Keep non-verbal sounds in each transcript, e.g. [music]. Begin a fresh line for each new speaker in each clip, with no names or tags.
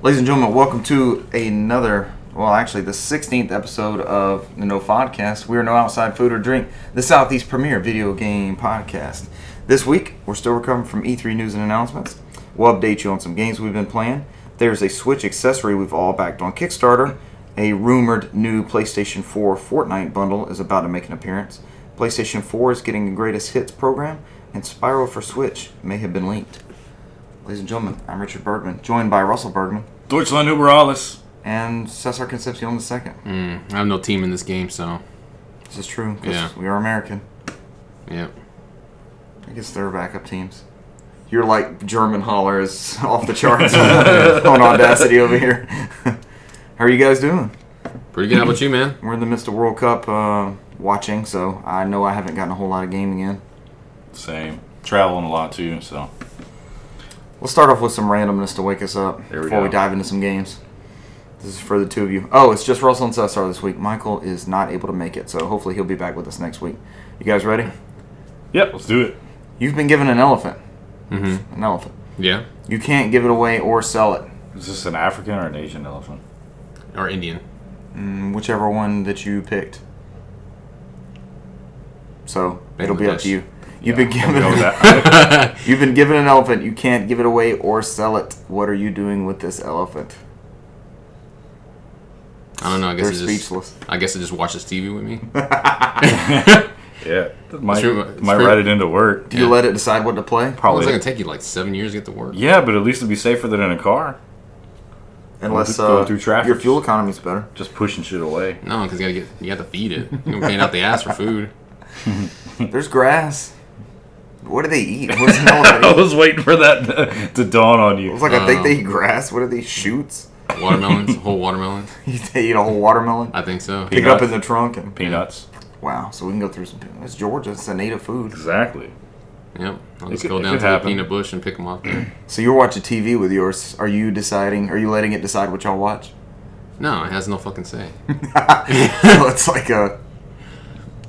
Ladies and gentlemen, welcome to another, well, actually, the 16th episode of the No Podcast. We are no outside food or drink, the Southeast premier video game podcast. This week, we're still recovering from E3 news and announcements. We'll update you on some games we've been playing. There's a Switch accessory we've all backed on Kickstarter. A rumored new PlayStation 4 Fortnite bundle is about to make an appearance. PlayStation 4 is getting a greatest hits program, and Spiral for Switch may have been leaked. Ladies and gentlemen, I'm Richard Bergman, joined by Russell Bergman
Deutschland über alles.
and Cesar Concepcion the second.
Mm.
I have no team in this game, so
This is true because
Yeah.
we are American.
yeah.
I guess they're backup teams. You're like German holler is [laughs] off the
[laughs]
charts on Audacity over here. [laughs] How are you guys doing?
Pretty good. How about you, man?
We're in the midst of World Cup uh, watching, so I know I haven't gotten a whole lot of gaming in.
Same. Traveling a lot too, so
Let's start off with some randomness to wake us up
There we
before we
go.
dive into some games. This is for the two of you. Oh, it's just Russell and Cesar this week. Michael is not able to make it, so hopefully he'll be back with us next week. You guys ready?
yep. Let's do it.
You've been given an elephant.
Mm-hmm.
An elephant.
Yeah.
You can't give it away or sell it.
Is this an African or an Asian elephant?
Or Indian.
Mm, Whichever one that you picked. So it'll be up
Bangladesh.
to you. You've
Yeah,
been
I'm
given
gonna go with that.
[laughs] you've been given an elephant. You can't give it away or sell it. What are you doing with this elephant?
I don't know. I guess
They're
it just,
speechless.
I guess it just watches TV with
[laughs]
me.
yeah. Might,
true, it's
might
true.
write it into work.
Do you
Yeah.
let it decide what to play?
It's
Probably.
gonna take you like seven years to get to work.
yeah, but at least it'd be safer than in a car.
Unless
Going
uh,
through traffic.
your fuel economy's better.
Just pushing
[laughs]
shit away.
No, because you gotta get you have to feed it. You're gonna paying out the ass for food.
There's grass. What do they eat? What does an elephant
[laughs] I
eat?
was waiting for that to, to dawn on
It's
you.
like I think
Oh.
they eat grass. What are they shoots? [laughs]
[laughs]
Watermelons, whole watermelons.
they eat a whole watermelon.
I think so.
Pick it up in the trunk and
Peanuts.
Wow, so we can go through some. It's Georgia. It's a native food.
Exactly.
Yep. I'll just
could-
go
it
down
could
to the
happen.
peanut bush and pick them off there.
So you're watching TV with yours. Are you deciding? Are you letting it decide what y'all watch?
No, it has no fucking
so
say.
it's like a,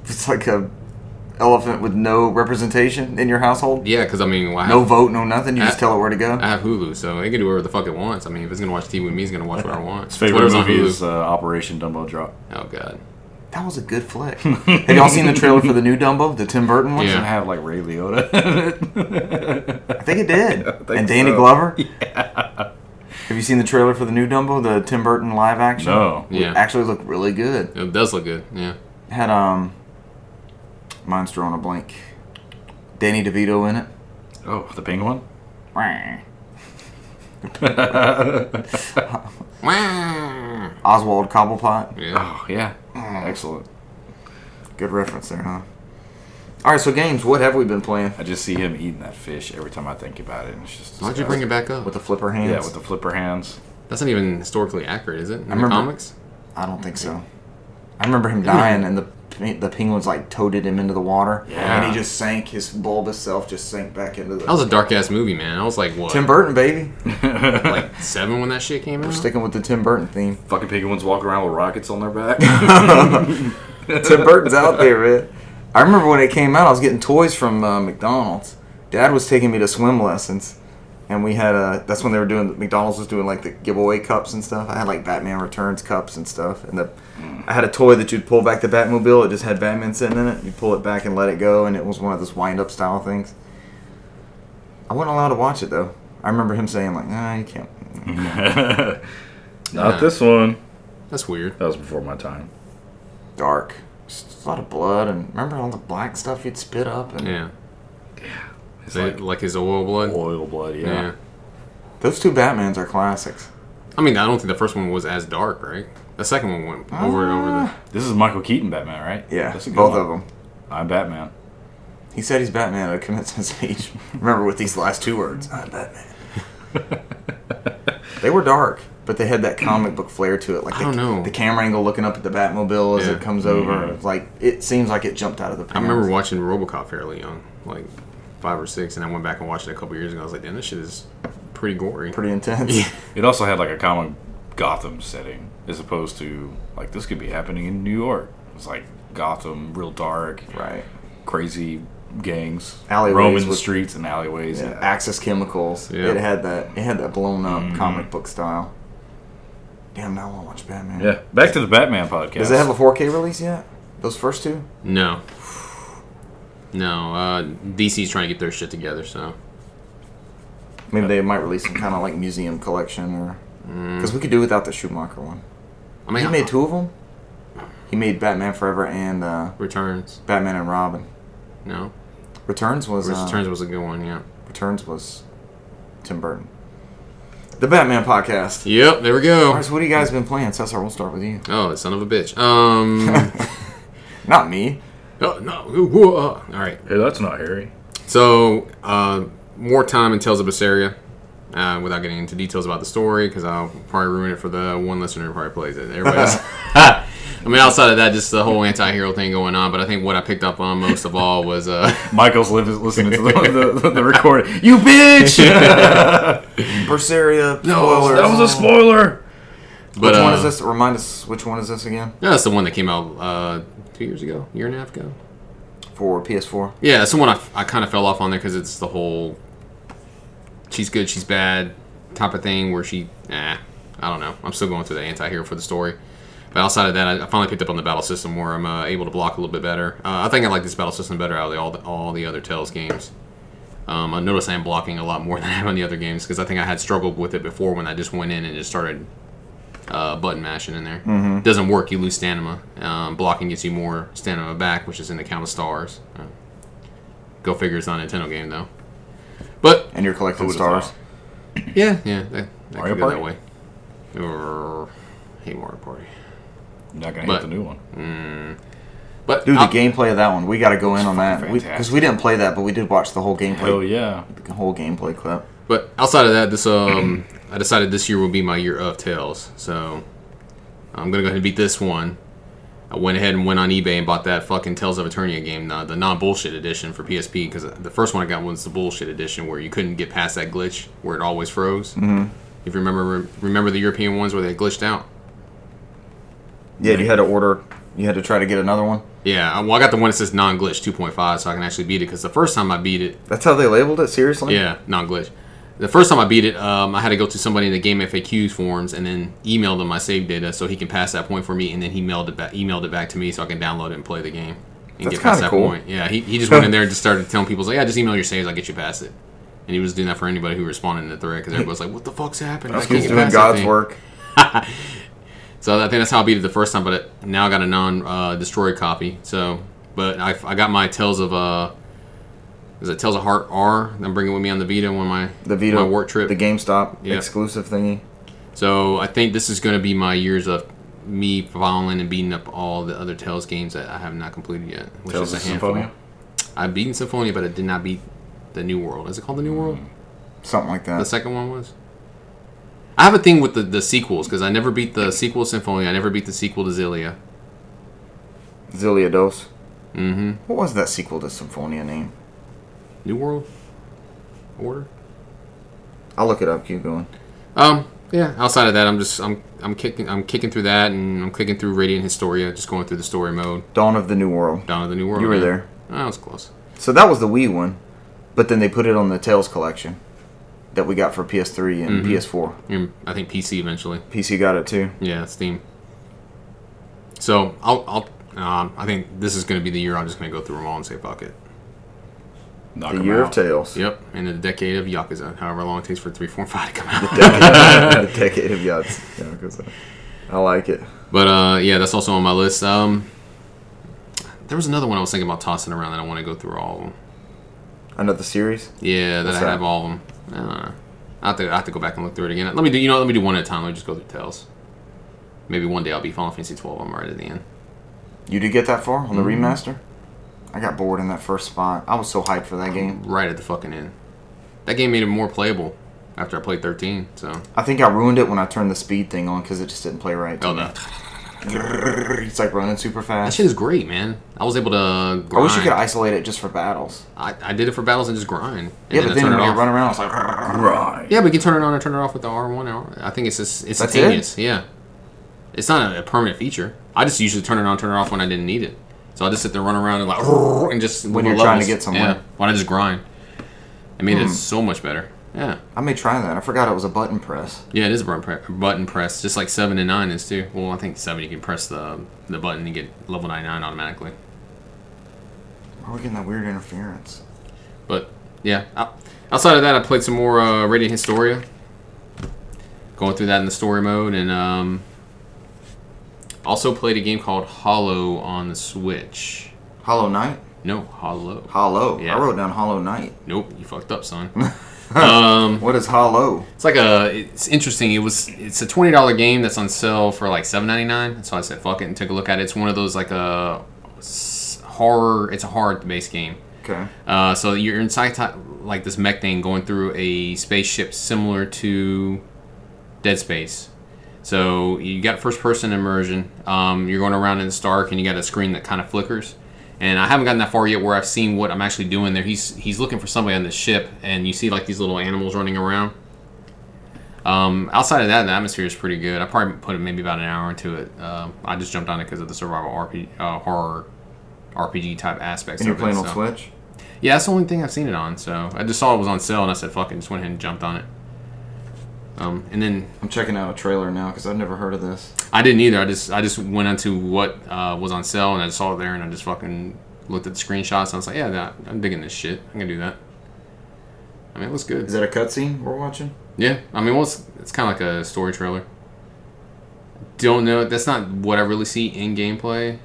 it's like a elephant with no representation in your household.
Yeah, uh. because I mean, why?
No vote, no nothing. You just
I-
tell it where to go.
I have Hulu, so it can do whatever the fuck it wants. I mean, if it's gonna watch TV with me, it's gonna watch what I want.
His favorite
Whatever's on
movie
Hulu.
is uh, Operation Dumbo Drop.
Oh god.
That was a good flick. Have y'all seen the trailer for the new Dumbo, the Tim Burton one?
Yeah.
Doesn't have like Ray Liotta. [laughs] in it.
I think it did.
think
and Danny
so.
Glover. Have you seen the trailer for the new Dumbo, the Tim Burton live action?
no.
Yeah.
Actually, looked really good.
It does look good. Yeah.
Had um, mine's drawing a blank. Danny DeVito in it.
Oh, the penguin.
Wow.
Oswald Cobblepot.
Yeah.
[laughs] Oh yeah. Excellent.
Good reference there, huh? All right, so games. What have we been playing
I just see him eating that fish every time I think about it. And it's just
Why'd you bring it back up?
with the flipper hands?
Yeah, with the flipper hands. [laughs]
That's not even historically accurate, is it? In the
remember-
comics?
I don't think so. I remember him dying, and the pe- the penguins like toted him into the water,
Yeah.
and he just sank. His bulbous self just sank back into the.
That was a dark ass movie, man. I was like, what?
Tim Burton, baby.
like
Seven when that shit came
We're
out?
sticking with the Tim Burton theme.
fucking penguins walking around with rockets on their [laughs] back.
[laughs] Tim Burton's out there, man. I remember when it came out, I was getting toys from uh, McDonald's. Dad was taking me to swim lessons, and we had uh, that's when they were doing McDonald's was doing like the giveaway cups and stuff. I had like Batman Returns cups and stuff, and the I had a toy that you'd pull back the Batmobile. It just had Batman sitting in it. You pull it back and let it go, and it was one of those wind up style things. I wasn't allowed to watch it though. I remember him saying like, "Nah, you can't."
Not
Nah.
this one.
That's weird.
That was before my time.
Dark. Just a lot of blood, and remember all the black stuff you'd spit up, and
Yeah.
It's
They-
like
like, his oil blood?
oil blood. Yeah.
yeah.
those two Batmans are classics.
I mean, I don't think the first one was as dark, right? The second one went over and over
This is Michael Keaton Batman, right?
Yeah,
That's a good
both
one.
of them.
I'm Batman.
He said he's Batman at a [laughs] commencement speech. Remember with these last two words, I'm Batman.
[laughs]
they were dark, but they had that comic book flair to it. Like
I
the,
don't know.
the camera angle looking up at the Batmobile as
Yeah.
it comes over. It's Like it seems like it jumped out of the.
the. I
Pants.
remember watching Robocop fairly young, like five or six, and I went back and watched it a couple years ago. I was like, damn, this shit is pretty gory.
pretty intense.
Yeah.
It also had like a common Gotham setting, as opposed to like this could be happening in New York. It's like Gotham, real dark,
[laughs] Right.
crazy gangs,
Alleyways
roaming the
with-
streets and alleyways.
Yeah.
and-
Axis Chemicals.
Yeah. Mm-hmm.
It had that. It had that blown up comic book style. damn, now I want to watch Batman.
Yeah. Back to the Batman podcast.
Does it have a 4K release yet? Those first two?
No. No, uh, DC's trying to get their shit together, so.
Maybe they might release some kind of like museum collection or.
Mm.
Because we could do without the Schumacher one.
I mean,
He made two of them. He made Batman Forever and uh,
Returns.
Batman and Robin.
No.
Returns was uh,
Returns was a good one, yeah.
Returns was Tim Burton. The Batman podcast.
Yep, there we
All
go.
right, so what have you guys been playing, Cesar? We'll start with you.
Oh, son of a bitch. Um.
[laughs] Not me.
oh, no. Ooh, uh, all right.
Hey, that's not Harry.
So, uh, more time in Tales of Berseria, uh, without getting into details about the story, because I'll probably ruin it for the one listener who probably plays it. Everybody
[laughs]
else. [laughs] I mean, outside of that, just the whole anti-hero thing going on. But I think what I picked up on most of all was uh, [laughs]
Michael's li- listening to the, the, the recording. You bitch!
Berseria.
No,
spoilers.
that was a spoiler.
Which
but
one
uh,
is this? Remind us which one is this again
no, that's the one that came out uh, two years ago, year and a half ago.
for PS4?
Yeah, that's the one I, I kind of fell off on there because it's the whole she's good, she's bad type of thing where she, eh, I don't know. I'm still going through the anti hero for the story. But outside of that, I, I finally picked up on the battle system where I'm uh, able to block a little bit better. Uh, I think I like this battle system better out of the, all, the, all the other Tales games. Um, I notice I'm blocking a lot more [laughs] than I have on the other games because I think I had struggled with it before when I just went in and just started uh, button mashing in there. Doesn't work. You lose stamina. Um, blocking gets you more stamina back, which is in the count of stars. Uh, go figure, it's not a Nintendo game though. But
And you're collecting
Who would've
stars.
thought?
yeah, yeah, that, that
Mario
could go
Party?
that way. Or, hate Mario Party.
I'm not gonna
But-
hate the new one.
But
Dude, the
I'll-
gameplay of that one. We got to go in on that because we,
fantastic.
didn't play that, but we did watch the whole
Hell
gameplay,
yeah!
the whole gameplay clip.
But outside of that, this um, I decided this year will be my year of Tails. So I'm gonna go ahead and beat this one. I went ahead and went on eBay and bought that fucking Tales of Eternia game, uh, the non-bullshit edition for PSP, because the first one I got was the bullshit edition where you couldn't get past that glitch where it always froze. Mm-hmm. If you remember, remember the European ones where they glitched out.
Yeah, you had to order. You had to try to get another one.
Yeah, I- well, I got the one that says non-glitch 2.5, so I can actually beat it. Because the first time I beat it,
That's how they labeled it. Seriously.
Yeah, non glitch. The first time I beat it, um, I had to go to somebody in the game FAQs forums and then email them my save data so he can pass that point for me, and then he mailed it back, emailed it back to me so I can download it and play the game and
That's
get past
kinda
that
cool.
point. Yeah, he, he just went in there and just started telling people, he's like, yeah, just email your saves, I'll get you past it. And he was doing that for anybody who responded in the thread because everybody was like, what the fuck's happened? I
He
can't
was
get
doing
past that
God's
thing."
work.
So I think that's how I beat it the first time, but it, now I got a non uh, destroyed copy. So, but I, I got my Tales of uh, is it Tales of Heart R? that I'm bringing with me on the Vita when my
The Vita,
my work trip.
the GameStop
Yeah.
exclusive thingy.
So I think this is going to be my years of me following and beating up all the other Tales games that I have not completed yet, which
Tales of
is a handful.
Symphonia.
I've beaten Symphonia, but I did not beat the New World. Is it called the New World?
Something like
The
that.
second one was. I have a thing with the, the sequels because I never beat the sequel to Symphonia. I never beat the sequel to Zillia.
Zillia Dos.
Mm-hmm.
What was that sequel to Symphonia name?
New World Order.
I'll look it up. Keep going.
Um, yeah. Outside of that, I'm just I'm I'm kicking I'm kicking through that and I'm clicking through Radiant Historia, just going through the story mode.
Dawn of the New World.
Dawn of the New World.
You were
yeah.
there.
Oh, that was close.
So that was the Wii one, but then they put it on the Tails collection that we got for PS3
Mm-hmm.
and PS4.
And I think PC eventually.
PC got it too.
Yeah, Steam. So I'll, I'll um, I think this is going to be the year I'm just going to go through them all and say fuck it.
Knock
The
'em
Year of
out.
Tails.
Yep, and the decade of Yakuza, however long it takes for three, four, and five to come
[laughs]
out.
[laughs] the decade of
[laughs]
yachts. Yeah, 'cause I like it.
But uh, yeah, that's also on my list. Um, there was another one I was thinking about tossing around that I want to go through all of them.
Another series.
Yeah, that
What's
I
that?
have all of them. I don't know. I have, to, I have to go back and look through it again. Let me do you know. what, Let me do one at a time. Let me just go through Tails. Maybe one day I'll be Final Fantasy twelve. I'm right at the end.
You did get that far on the
Mm-hmm.
remaster. I got bored in that first spot. I was so hyped for that game.
Right at the fucking end. That game made it more playable after I played thirteen. So
I think I ruined it when I turned the speed thing on because it just didn't play right.
oh no,
It's like running super
that
fast.
shit is great, man. I was able to grind.
I wish you could isolate it just for battles.
I, I did it for battles and just grind. And
Yeah, but
I
then
turned
when
it
you're
off.
running around, it's like
Right.
Yeah, but you can turn it on and turn it off with the R one. R. I think it's just it's
That's
instantaneous. Yeah, it's not a, a permanent feature. I just usually turn it on, turn it off when I didn't need it. So I just sit there, run around, and like [laughs] and just
When
move
you're trying to
levels.
get somewhere. Hmm.
Yeah, why not just grind? I mean, it's so much better. Yeah.
I may try that. I forgot it was a button press.
Yeah, it is a button pre- button press, just like seven and nine is too. Well, I think seven you can press the the button and get level ninety nine automatically.
Why are we getting that weird interference?
But yeah, o- outside of that, I played some more uh, Radiant Historia. Going through that in the story mode, and um, also played a game called Hollow on the Switch.
Hollow Knight?
No, Hollow.
Hollow.
Yeah.
I wrote down Hollow Knight.
Nope, you fucked up, son. um,
What is Hollow?
it's like a. It's interesting. It was. It's a twenty dollar game that's on sale for like seven ninety nine. So I said fuck it and took a look at it. It's one of those like a s- horror. It's a horror based game.
Okay.
Uh, so you're inside ti- like this mech thing going through a spaceship similar to Dead Space. So you got first person immersion. Um, you're going around in the dark, and you got a screen that kind of flickers. And I haven't gotten that far yet where I've seen what I'm actually doing there. He's he's looking for somebody on the ship, and you see like these little animals running around. Um, outside of that, the atmosphere is pretty good. I probably put maybe about an hour into it. Um I just jumped on it because of the survival RP, uh, horror RPG type aspects.
And you're
of it,
playing on
so-
Switch?
yeah, that's the only thing I've seen it on. So I just saw it was on sale, and I said, "Fuck it," just went ahead and jumped on it. Um, and then
I'm checking out a trailer now because I've never heard of this.
I didn't either. I just I just went into what uh, was on sale, and I saw it there, and I just fucking looked at the screenshots, and I was like, "Yeah, that, I'm digging this shit. I'm gonna do that." I mean, it looks
Is
good.
that a cutscene we're watching?
Yeah, I mean, well, it's, it's kind of like a story trailer. Don't know. That's not what I really see in gameplay.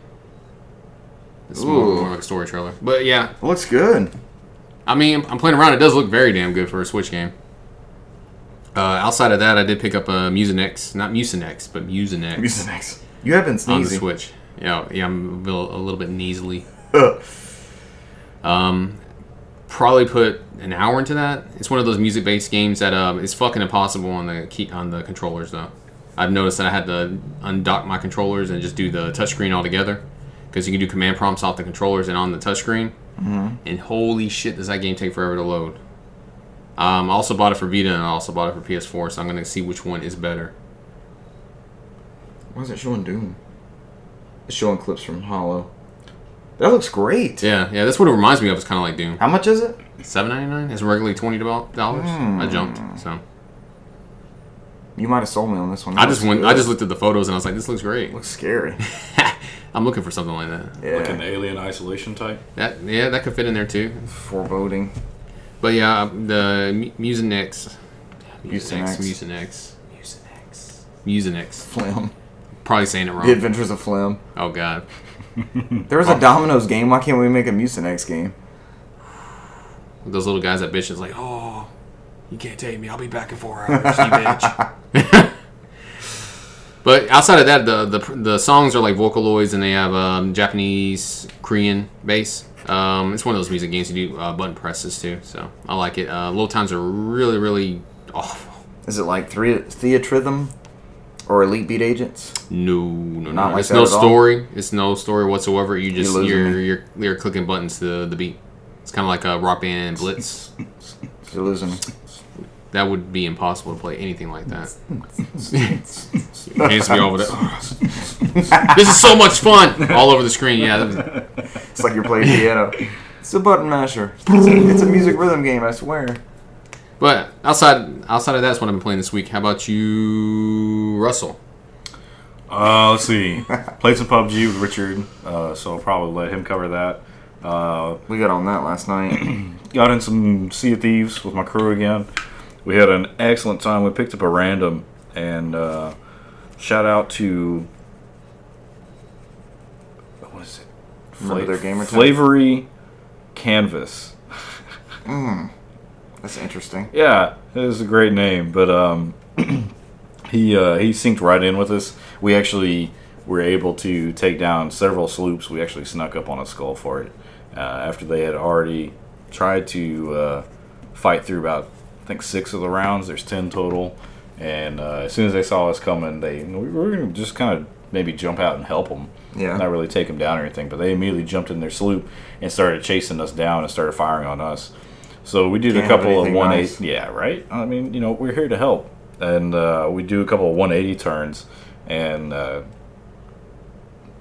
It's more,
Ooh.
more like a story trailer. But yeah,
It looks good.
I mean, I'm playing around. It does look very damn good for a Switch game. Uh, outside of that, I did pick up uh, Mucinex. Not Mucinex, but Mucinex,
Mucinex. You have been
on the
sneezing.
Switch. Yeah, yeah, I'm a little, a little bit nasally.
Ugh.
Um, probably put an hour into that. It's one of those music-based games that um, is fucking impossible on the key, on the controllers though. I've noticed that I had to undock my controllers and just do the touchscreen altogether because you can do command prompts off the controllers and on the touchscreen. Mm-hmm. And holy shit, does that game take forever to load? Um, I also bought it for Vita and I also bought it for PS4, so I'm gonna see which one is better.
Why is it showing Doom? It's showing clips from Hollow. That looks great.
Yeah, yeah, that's what it reminds me of. It's kind of like Doom.
How much is it?
Seven ninety nine is regularly twenty dollars.
Hmm.
I jumped, so
You might have sold me on this one.
I just
Looks
went.
good.
I just looked at the photos and I was like, this looks great. [laughs]
looks scary.
I'm looking for something like that.
Yeah.
Like an alien isolation type.
That yeah, that could fit in there too.
Foreboding.
But yeah, um, the Mu- Mucinex, Mucinex,
Mucinex.
Mucinex, Mucinex, Mucinex.
Flim.
Probably saying it
The
wrong.
Adventures of Flim.
Oh god,
There
Oh.
was a Domino's game. Why can't we make a Mucinex game?
those little guys that bitch is like, oh, you can't take me. I'll be back in four hours.
bitch.
But outside of that, the the, the songs are like Vocaloids, and they have um, Japanese Korean bass. Um, it's one of those music games you do uh, button presses too, so I like it. Uh, low times are really really awful.
Is it like three Theatrhythm or Elite Beat Agents?
No, no,
Not
no.
like
it's
that
no
at all.
story. It's no story whatsoever. You just
losing
you're,
me.
you're you're clicking buttons to the beat. It's kind of like a rock band blitz.
You're losing me.
that would be impossible to play anything like that. Your hands would be all over the- [laughs] this is so much fun all over the screen. Yeah, that was-
It's like you're
[laughs]
playing piano. It's a button masher. It's a, it's a music rhythm game. I swear.
But outside outside of that's what I've been playing this week. How about you, Russell?
Uh, let's see. Played some PUBG with Richard, uh, so I'll probably let him cover that. Uh,
We got on that last night.
got in some Sea of Thieves with my crew again. We had an excellent time. We picked up a random, and uh, shout out to what is it?
Remember their gamer tag?
Flavory Canvas.
That's interesting.
Yeah, it is a great name, but um, [clears throat] he uh, he synced right in with us. We actually were able to take down several sloops. We actually snuck up on a skull for it uh, after they had already tried to uh, fight through about I think six of the rounds. There's ten total, and uh, as soon as they saw us coming, they we were gonna just kind of maybe jump out and help them.
Yeah.
Not really take them down or anything, but they immediately jumped in their sloop and started chasing us down and started firing on us. So we did
Can't have
a couple of
anything
one eight.
nice.
Yeah, right. I mean, you know, we're here to help, and uh, we do a couple of one eighty turns, and uh,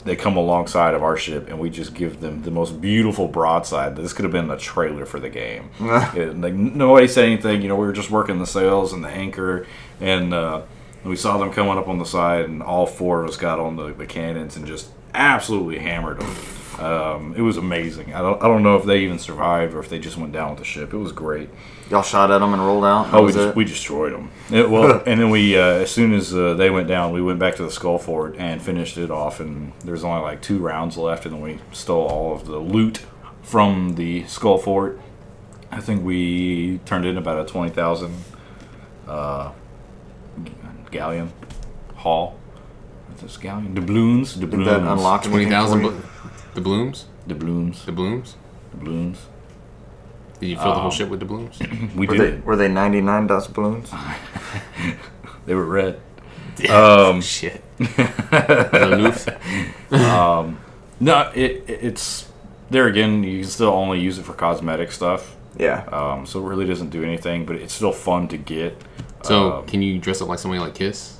they come alongside of our ship and we just give them the most beautiful broadside. This could have been a trailer for
[laughs]
the game. It- like nobody said anything. You know, we were just working the sails and the anchor, and uh, we saw them coming up on the side, and all four of us got on the, the cannons and just absolutely hammered them. Um, it was amazing. I don't, I don't know if they even survived or if they just went down with the ship. It was great.
Y'all shot at them and rolled out. That
Oh, we,
was
just,
it?
we destroyed them. It, well,
[laughs]
and then we, uh, as soon as uh, they went down, we went back to the skull fort and finished it off. And there was only like two rounds left, and then we stole all of the loot from the skull fort. I think we turned in about a twenty thousand uh, galleon haul. What's this galleon? Doubloons.
Did
Doubloons.
that unlock
Twenty
anything
thousand.
for you?
Bl- the blooms.
Doubloons.
The blooms.
Doubloons.
Did you fill the whole ship with the blooms?
We
Were
did.
they,
it. Uh-huh.
were they 99 dust balloons?
They were red.
um, Shit. The loof.
[laughs] No, it, it- it's there again. You can still only use it for cosmetic stuff,
Yeah.
um, so it really doesn't do anything. But it's still fun to get.
So can you dress up like somebody like Kiss?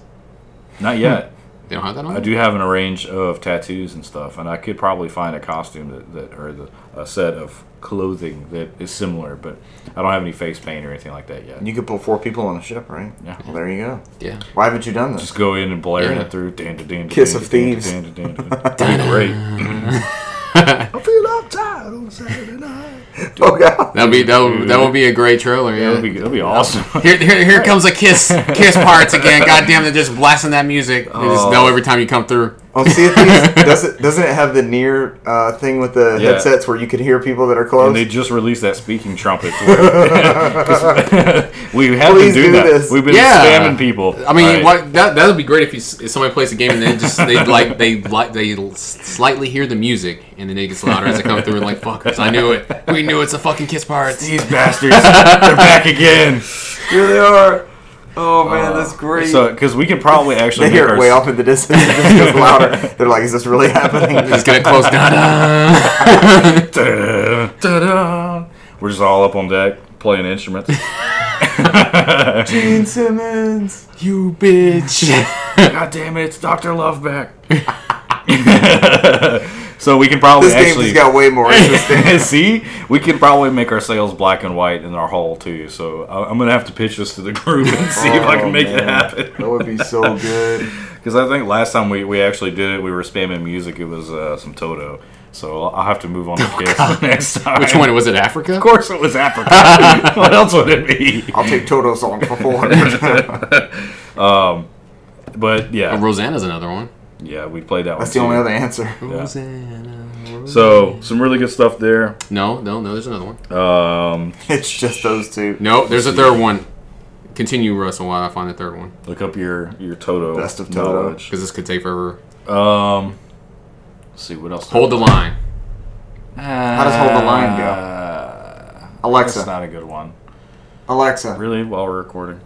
Not yet.
They don't have
Hmm.
that on.
I do have an arrange of tattoos and stuff, and I could probably find a costume that, that or the, a set of clothing that is similar. But I don't have any face paint or anything like that yet.
You could put four people on a ship, right?
Yeah.
Well, there you go.
Yeah.
Why haven't you done this?
Just go in and blare
Yeah.
it through. Dan, dan, dan,
Kiss
dan,
of
dan,
Thieves.
dan,
[laughs]
dan, dan, dan. It'd be Great.
I feel I'm tired on Saturday night. [laughs] Oh, God.
That'll be that. Would, that would be a great trailer. Yeah.
That'd be that'd be awesome.
Here, here, here comes a kiss, kiss parts again. God damn, they're just blasting that music. They just know every time you come through.
On Sea of Thieves,
[laughs]
does Oh, it, doesn't it have the near uh, thing with the
Yeah.
headsets where you could hear people that are close? [laughs]
And they just released that speaking trumpet. to where-
[laughs]
[laughs] 'cause we have
Please
to do,
do
that.
this.
We've been
Yeah.
spamming people.
I mean,
All right.
what that that would be great if, you, s- if somebody plays a game and then just they
[laughs]
like they like they l- slightly hear the music and then it gets louder as it comes through and like fuckers, I knew it. We knew it's a fucking kiss parts.
These bastards,
[laughs]
they're back again.
Here they are. Oh, man, that's great.
Uh, So, because we could probably actually
they
make
hear
our
it way off in the distance. It just gets louder.
[laughs]
They're like, is this really happening?
It's gonna close down.
Da-da, da-da. [laughs] We're just all up on deck
[laughs]
playing instruments.
Gene Simmons.
You bitch.
God damn it, it's Doctor Loveback. so we can probably
This game
actually [laughs]
just got way more interesting.
See, we could probably make our sails black and white in our hull too. So I- I'm gonna have to pitch this to the group and see if I
Oh,
can make it
man.
happen.
That would be
[laughs]
so good.
Because I think last time we, we actually did it, we were spamming music. It was uh, some Toto. So I'll have to move on to
Oh,
Kiss [laughs] next
[laughs]
time.
Which one was it? Africa.
Of course, it
[laughs]
was Africa. what else would it be?
I'll take Toto's song for 400.
[laughs] Um, But
Oh,
yeah,
Rosanna's another one.
yeah, we played that one.
That's the only
too.
other answer. [laughs]
Rosanna.
So some really good stuff there.
No, no, no. There's another one.
Um,
It's just those two.
No, there's a third one. Continue, Russell, while I find the third one
look up your your Toto.
Best of Toto.
knowledge.
because this could take forever.
Um, let's see what else.
Hold the line.
How
does hold the line go?
go? That's
Alexa,
Uh, not a good one.
Alexa.
Really, while we're recording,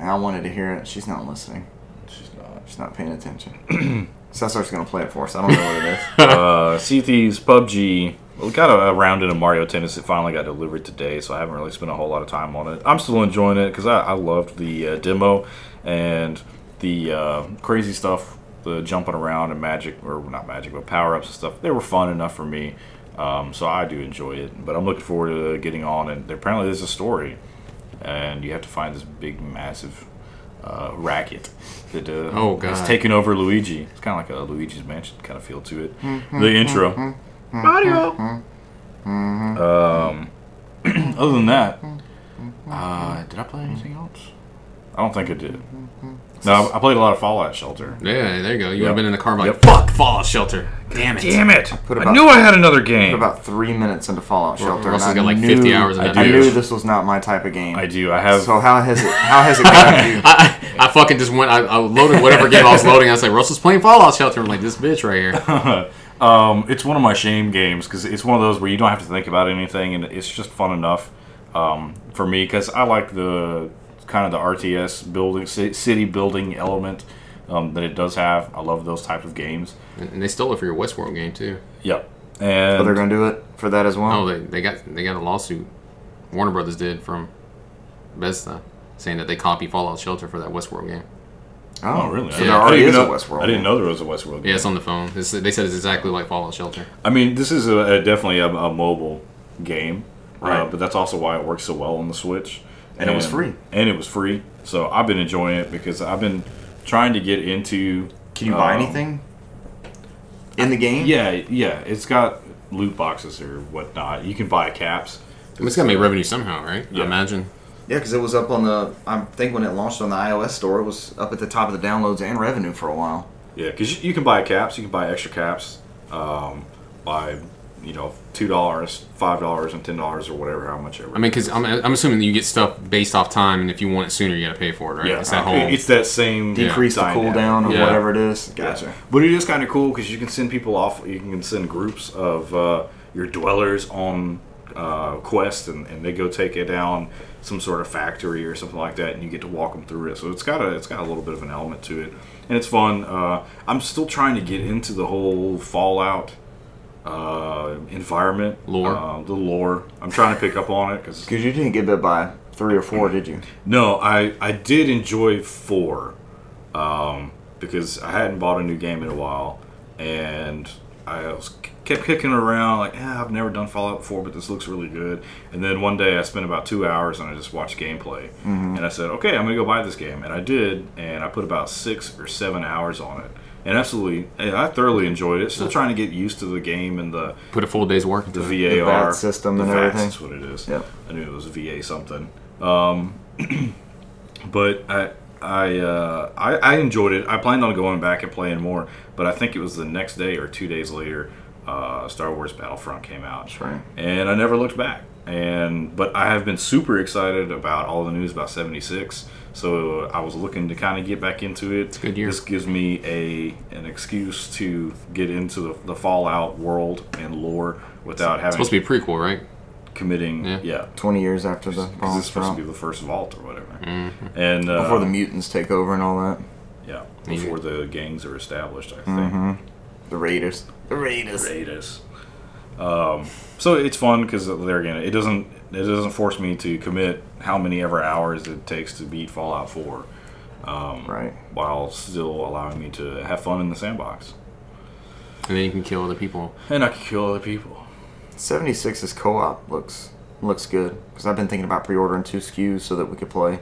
I wanted to hear it. She's not listening.
she's not.
She's not paying attention.
[clears throat]
Cesar's gonna play it for us. I don't know what it is.
[laughs] Uh, Sea Thieves, PUBG. Well, got a, a round in of Mario Tennis. It finally got delivered today, so I haven't really spent a whole lot of time on it. I'm still enjoying it because I, I loved the uh, demo and the uh, crazy stuff, the jumping around and magic, or not magic, but power ups and stuff. They were fun enough for me, um, so I do enjoy it. But I'm looking forward to getting on. And apparently, there's a story, and you have to find this big, massive uh, racket that uh,
Oh,
has
God.
taken over Luigi. It's kind of like a Luigi's Mansion kind of feel to it. the intro. Mario. mm-hmm. Um, [clears throat] other than that, uh, did I play anything else? I don't think I did. No, I- I played a lot of Fallout Shelter.
Yeah, there you go. You would
Yep.
have been in the car like,
Yep.
fuck, Fallout Shelter. Damn it.
Damn it!
Put
I
about-
knew I had another game.
About three minutes into Fallout Shelter, and
Russell's
I
got like
knew,
50 hours in
I
that
I
do.
game.
knew this was not my type of game.
I do. I have.
So how has it? How has it got
[laughs]
you?
I, I fucking just went. I, I loaded whatever game I was loading. I was like, Russell's playing Fallout Shelter. I'm like, this bitch right here.
um, it's one of my shame games because it's one of those where you don't have to think about anything and it's just fun enough um, for me because I like the kind of the RTS building, ci- city building element um, that it does have. I love those type of games.
And, and they stole it for your Westworld game too.
Yep. And
They're gonna do it for that as
Oh,
well.
they, they got they got a lawsuit. Warner Brothers did from Bethesda saying that they copied Fallout Shelter for that Westworld game.
Oh, really?
So
I didn't-
there
I
already
didn't
is a
know,
Westworld.
I didn't know there was a Westworld. game.
Yeah, it's on the phone. It's, they said it's exactly like Fallout Shelter.
I mean, this is a, a definitely a, a mobile game, Uh,
Right.
but that's also why it works so well on the Switch.
And it was free.
And it was free. So I've been enjoying it because I've been trying to get into.
Can you buy
um,
anything in the game?
Yeah, yeah. It's got loot boxes or whatnot. You can buy caps.
I mean, it's got to make revenue somehow, right?
Yeah.
I imagine.
Yeah, because it was up on the. I think when it launched on the iOS store, it was up at the top of the downloads and revenue for a while.
Yeah, because you, you can buy caps. You can buy extra caps. Um, buy, you know, two dollars, five dollars, and ten dollars, or whatever, how much ever.
I mean, because I'm, I'm assuming that you get stuff based off time, and if you want it sooner, you got to pay for it, right?
yeah,
It's that whole.
It's that same
Decrease the
dynamic.
cooldown or
Yeah.
whatever it is.
Gotcha. But it is kind of cool because you can send people off. You can send groups of uh, your dwellers on uh, quest, and, and they go take it down some sort of factory or something like that, and you get to walk them through it. So it's got a it's got a little bit of an element to it, and it's fun. Uh, I'm still trying to get into the whole Fallout uh, environment
Lore.
uh, the lore. I'm trying to pick up on it because
Because you didn't get bit by three or four, did you?
no, I, I did enjoy four um, because I hadn't bought a new game in a while, and I was kept kicking it around like, eh, I've never done Fallout before, but this looks really good. And then one day I spent about two hours and I just watched gameplay, and I said, okay, I'm gonna go buy this game, and I did, and I put about six or seven hours on it. And absolutely, and I thoroughly enjoyed it. Still trying to get used to the game and the
put a full day's work
the
into it.
VAR
VAT system
the
and
VATS,
everything.
That's what it is.
Yep.
I knew it was VA something. Um, [clears throat] but I I, uh, I I enjoyed it. I planned on going back and playing more, but I think it was the next day or two days later, uh, Star Wars Battlefront came out.
That's right.
And I never looked back. And but I have been super excited about all the news about 76. So I was looking to kind of get back into it. It's
good year.
This gives me a an excuse to get into the, the Fallout world and lore without having
Supposed to be a prequel, right?
committing.
Yeah.
Yeah,
20 years after the
because
bombs
it's supposed
drop.
to be the first vault or whatever.
Mm-hmm.
And uh,
Before the mutants take over and all that.
yeah, before the gangs are established, I think.
Mm-hmm.
The Raiders. The Raiders.
Raiders. Um, so it's fun because there again, it doesn't it doesn't force me to commit how many ever hours it takes to beat Fallout Four,
Right.
while still allowing me to have fun in the sandbox.
And then you can kill other people.
And I can kill other people.
76's co-op looks looks good because I've been thinking about pre-ordering two SKUs so that we could play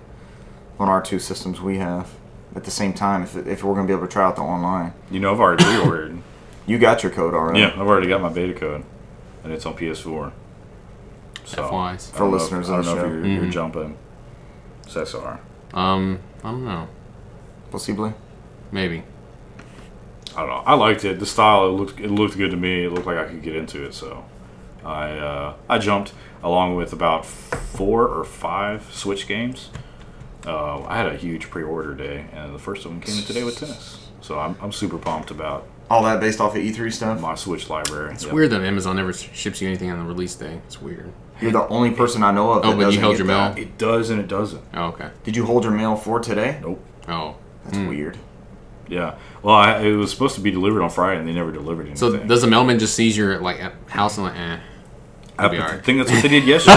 on our two systems we have at the same time if, if we're gonna be able to try out the online.
You know, I've already pre-ordered.
[laughs] You got your code already.
yeah, I've already got my beta code, and it's on PS4. So
FYs.
I don't
For
know if-
listeners
I
of
don't
the
know if
show.
you're, you're jumping. SSR.
Um, I don't know.
Possibly.
Maybe.
I don't know. I liked it. The style it looked it looked good to me. It looked like I could get into it. So, I uh, I jumped along with about four or five Switch games. Uh, I had a huge pre-order day, and the first of them came in today with tennis. So I'm, I'm super pumped about
All that based off of E3 stuff.
my Switch library.
It's weird that Amazon never sh- ships you anything on the release day. It's weird.
You're the only person I know of.
Oh,
that
but you
doesn't
held
get
your
that.
mail?
It does and it doesn't.
Oh, okay.
Did you hold your mail for today?
Nope.
Oh.
That's weird.
Yeah. Well, I, it was supposed to be delivered on Friday, and they never delivered anything.
So does the mailman just seize your like at house and like, eh?
I
be all right.
think that's what they did
[laughs]
yesterday.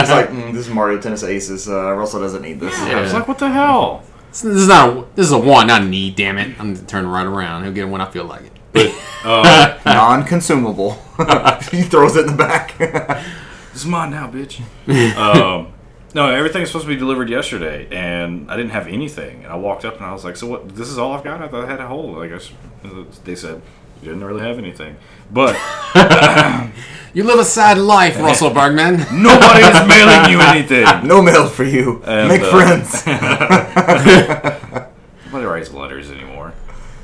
It's like mm, this is Mario Tennis Aces. Uh, Russell doesn't need this.
I was like, what the hell?
This this is not. A, this is a want, not a need. Damn it! I'm gonna turn right around. He'll get it when I feel like it.
[laughs] Non-consumable. [laughs] he throws it in the back. [laughs]
This is mine now, bitch. um, no, everything's supposed to be delivered yesterday, and I didn't have anything. And I walked up and I was like, "So what? This is all I've got? I thought I had a whole." Like I guess they said, "You didn't really have anything." But
You live a sad life, Russell Bergman.
nobody is mailing you anything.
no mail for you.
And,
Make
uh,
friends.
[laughs] Nobody writes letters anymore.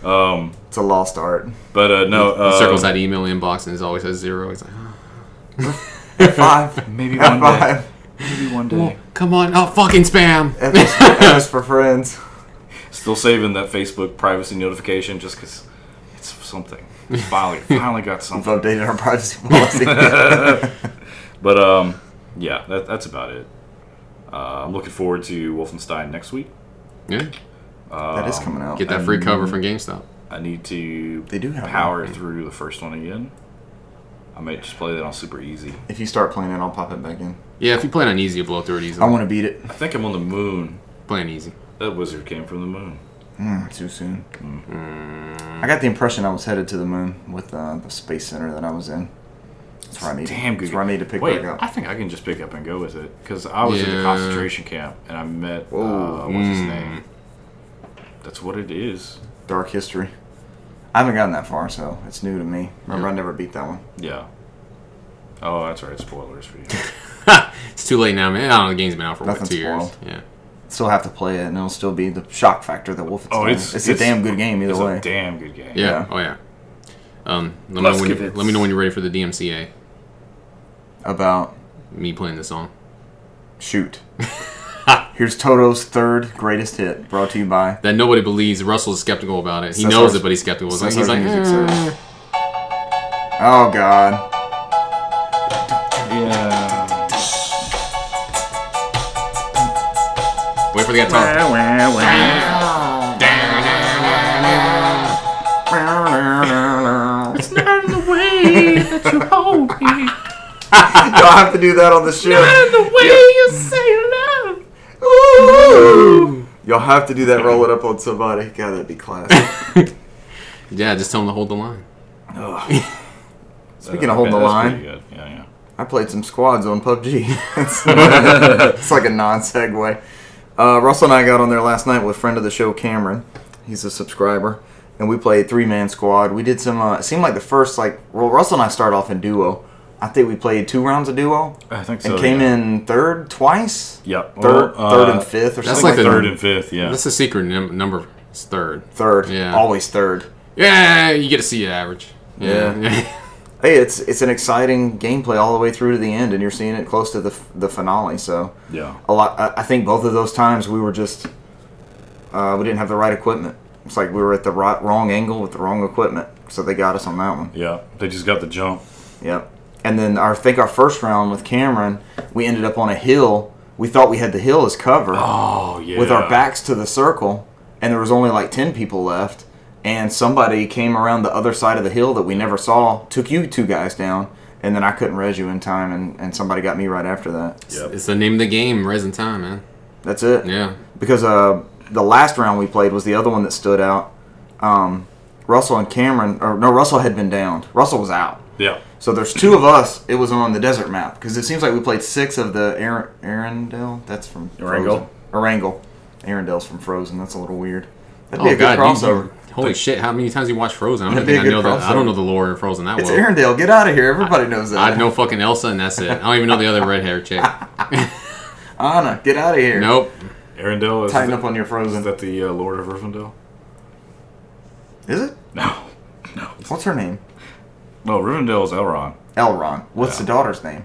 it's a lost art.
But uh, no,
He
uh,
circles that email inbox and it always has zero. He's like, oh,
Five.
Maybe
F
one day. [laughs]
five.
Maybe one
well,
day.
come on, oh fucking spam.
F is, F is for friends.
Still saving that Facebook privacy notification just because it's something. Finally, finally got
We've
something.
updated our privacy
[laughs]
policy.
But um, yeah, that, that's about it. Uh, I'm looking forward to Wolfenstein next week.
Yeah,
that is coming out.
get that free cover from GameStop.
I need to
They do have
power through the first one again. I might just play that on super easy.
Um, If you start playing it, I'll pop it back in.
Yeah, if you play it on easy, you blow through it
I
easily.
want to beat it.
I think I'm on the moon.
Play on easy. [laughs]
That wizard came from the moon.
Mm, too soon.
Mm-hmm.
I got the impression I was headed to the moon with uh, the space center that I was in. That's where I need.
Damn good.
That's where I need to pick
Wait,
back up.
I think I can just pick up and go with it because I was in
Yeah.
the concentration camp and I met uh,
Whoa.
what's his
Mm.
name. That's what it is.
Dark history. I haven't gotten that far, so it's new to me. Remember, I never beat that one.
Yeah. Oh, that's right. Spoilers for you.
it's too late now, man. I don't know. The game's been out for what,
Nothing's
two years.
spoiled.
Yeah.
Still have to play it, and it'll still be the shock factor that Wolfenstein.
Oh, it's
is. it's, a damn good game either
it's
way.
A damn good game.
Yeah.
Yeah. Oh yeah. Um, let, me know
Let's
when you,
give it-
let me know when you're ready for the DMCA.
About
Me playing the song.
[laughs]
shoot. Here's Toto's third greatest hit, brought to you by.
That nobody believes. Russell's skeptical about it. He
That's
knows
our-
it, but he's skeptical. He's like,
that's
he's
our
like
music
eh.
"Mm."
service. Oh God.
Yeah.
"Eh, wait for the guitar.
Do
Not in the way that you hold me.
[laughs] I have to do that on the show?
the way you say love.
Ooh. You'll have to do that. Roll it up on somebody. God, that'd be
[laughs]
classic.
Yeah, just tell him to hold the line.
Ugh. Speaking of holding the line,
Good. Yeah,
I played some squads on PUBG. [laughs]
[laughs]
it's, it's like a non segue. Uh, Russell and I got on there last night with friend of the show Cameron. He's a subscriber, and we played three man squad. We did some. Uh, it seemed like the first like well, Russell and I started off in duo. I think we played two rounds of duo
yeah. I think so.
and came
yeah.
in third twice.
Yep.
Third,
Well,
third
uh,
and fifth, or
that's
something
like the-
Third and fifth. Yeah.
That's the secret num- number. It's third.
third.
Yeah.
always third.
Yeah, you get to see it average.
Yeah. Hey, it's it's an exciting gameplay all the way through to the end, and you're seeing it close to the f- the finale. So
yeah.
a lot. I I think both of those times we were just uh, we didn't have the right equipment. It's like we were at the right, wrong angle with the wrong equipment, so they got us on that one.
Yeah. They just got the jump.
Yep. And then our, I think our first round with Cameron, we ended up on a hill. We thought we had the hill as cover
Oh yeah.
with our backs to the circle, and there was only like ten people left. And somebody came around the other side of the hill that we never saw, took you two guys down, and then I couldn't res you in time, and, and somebody got me right after that.
[laughs]
Yep.
It's the name of the game, Res in Time, man.
That's it.
Yeah.
because uh, the last round we played was the other one that stood out. Um, Russell and Cameron, or no, Russell had been downed. Russell was out.
Yeah.
So there's two of us. It was on the desert map because it seems like we played six of the Ar- Arendelle. That's from
Erangel?
Frozen. Erangel. Arendelle's from Frozen. That's a little weird. That'd be
Oh
a good
god, you-
crossover.
you- holy shit! How many times you watch Frozen? I don't
That'd be
think I
a
know
good
that. I don't
crossover.
know the lore in Frozen that
It's
well.
Arendelle. Get out of here. Everybody knows that.
I know fucking Elsa, and that's it. I don't even know the other red
[laughs]
hair chick.
Anna, get out of here.
Nope.
Arendelle is.
Tighten
the-
up on your
Is
Frozen.
that the uh, Lord of Rivendell?
Is it?
No. No.
What's her name?
No, Rivendell is Elrond.
Elrond. What's
Yeah.
the daughter's name?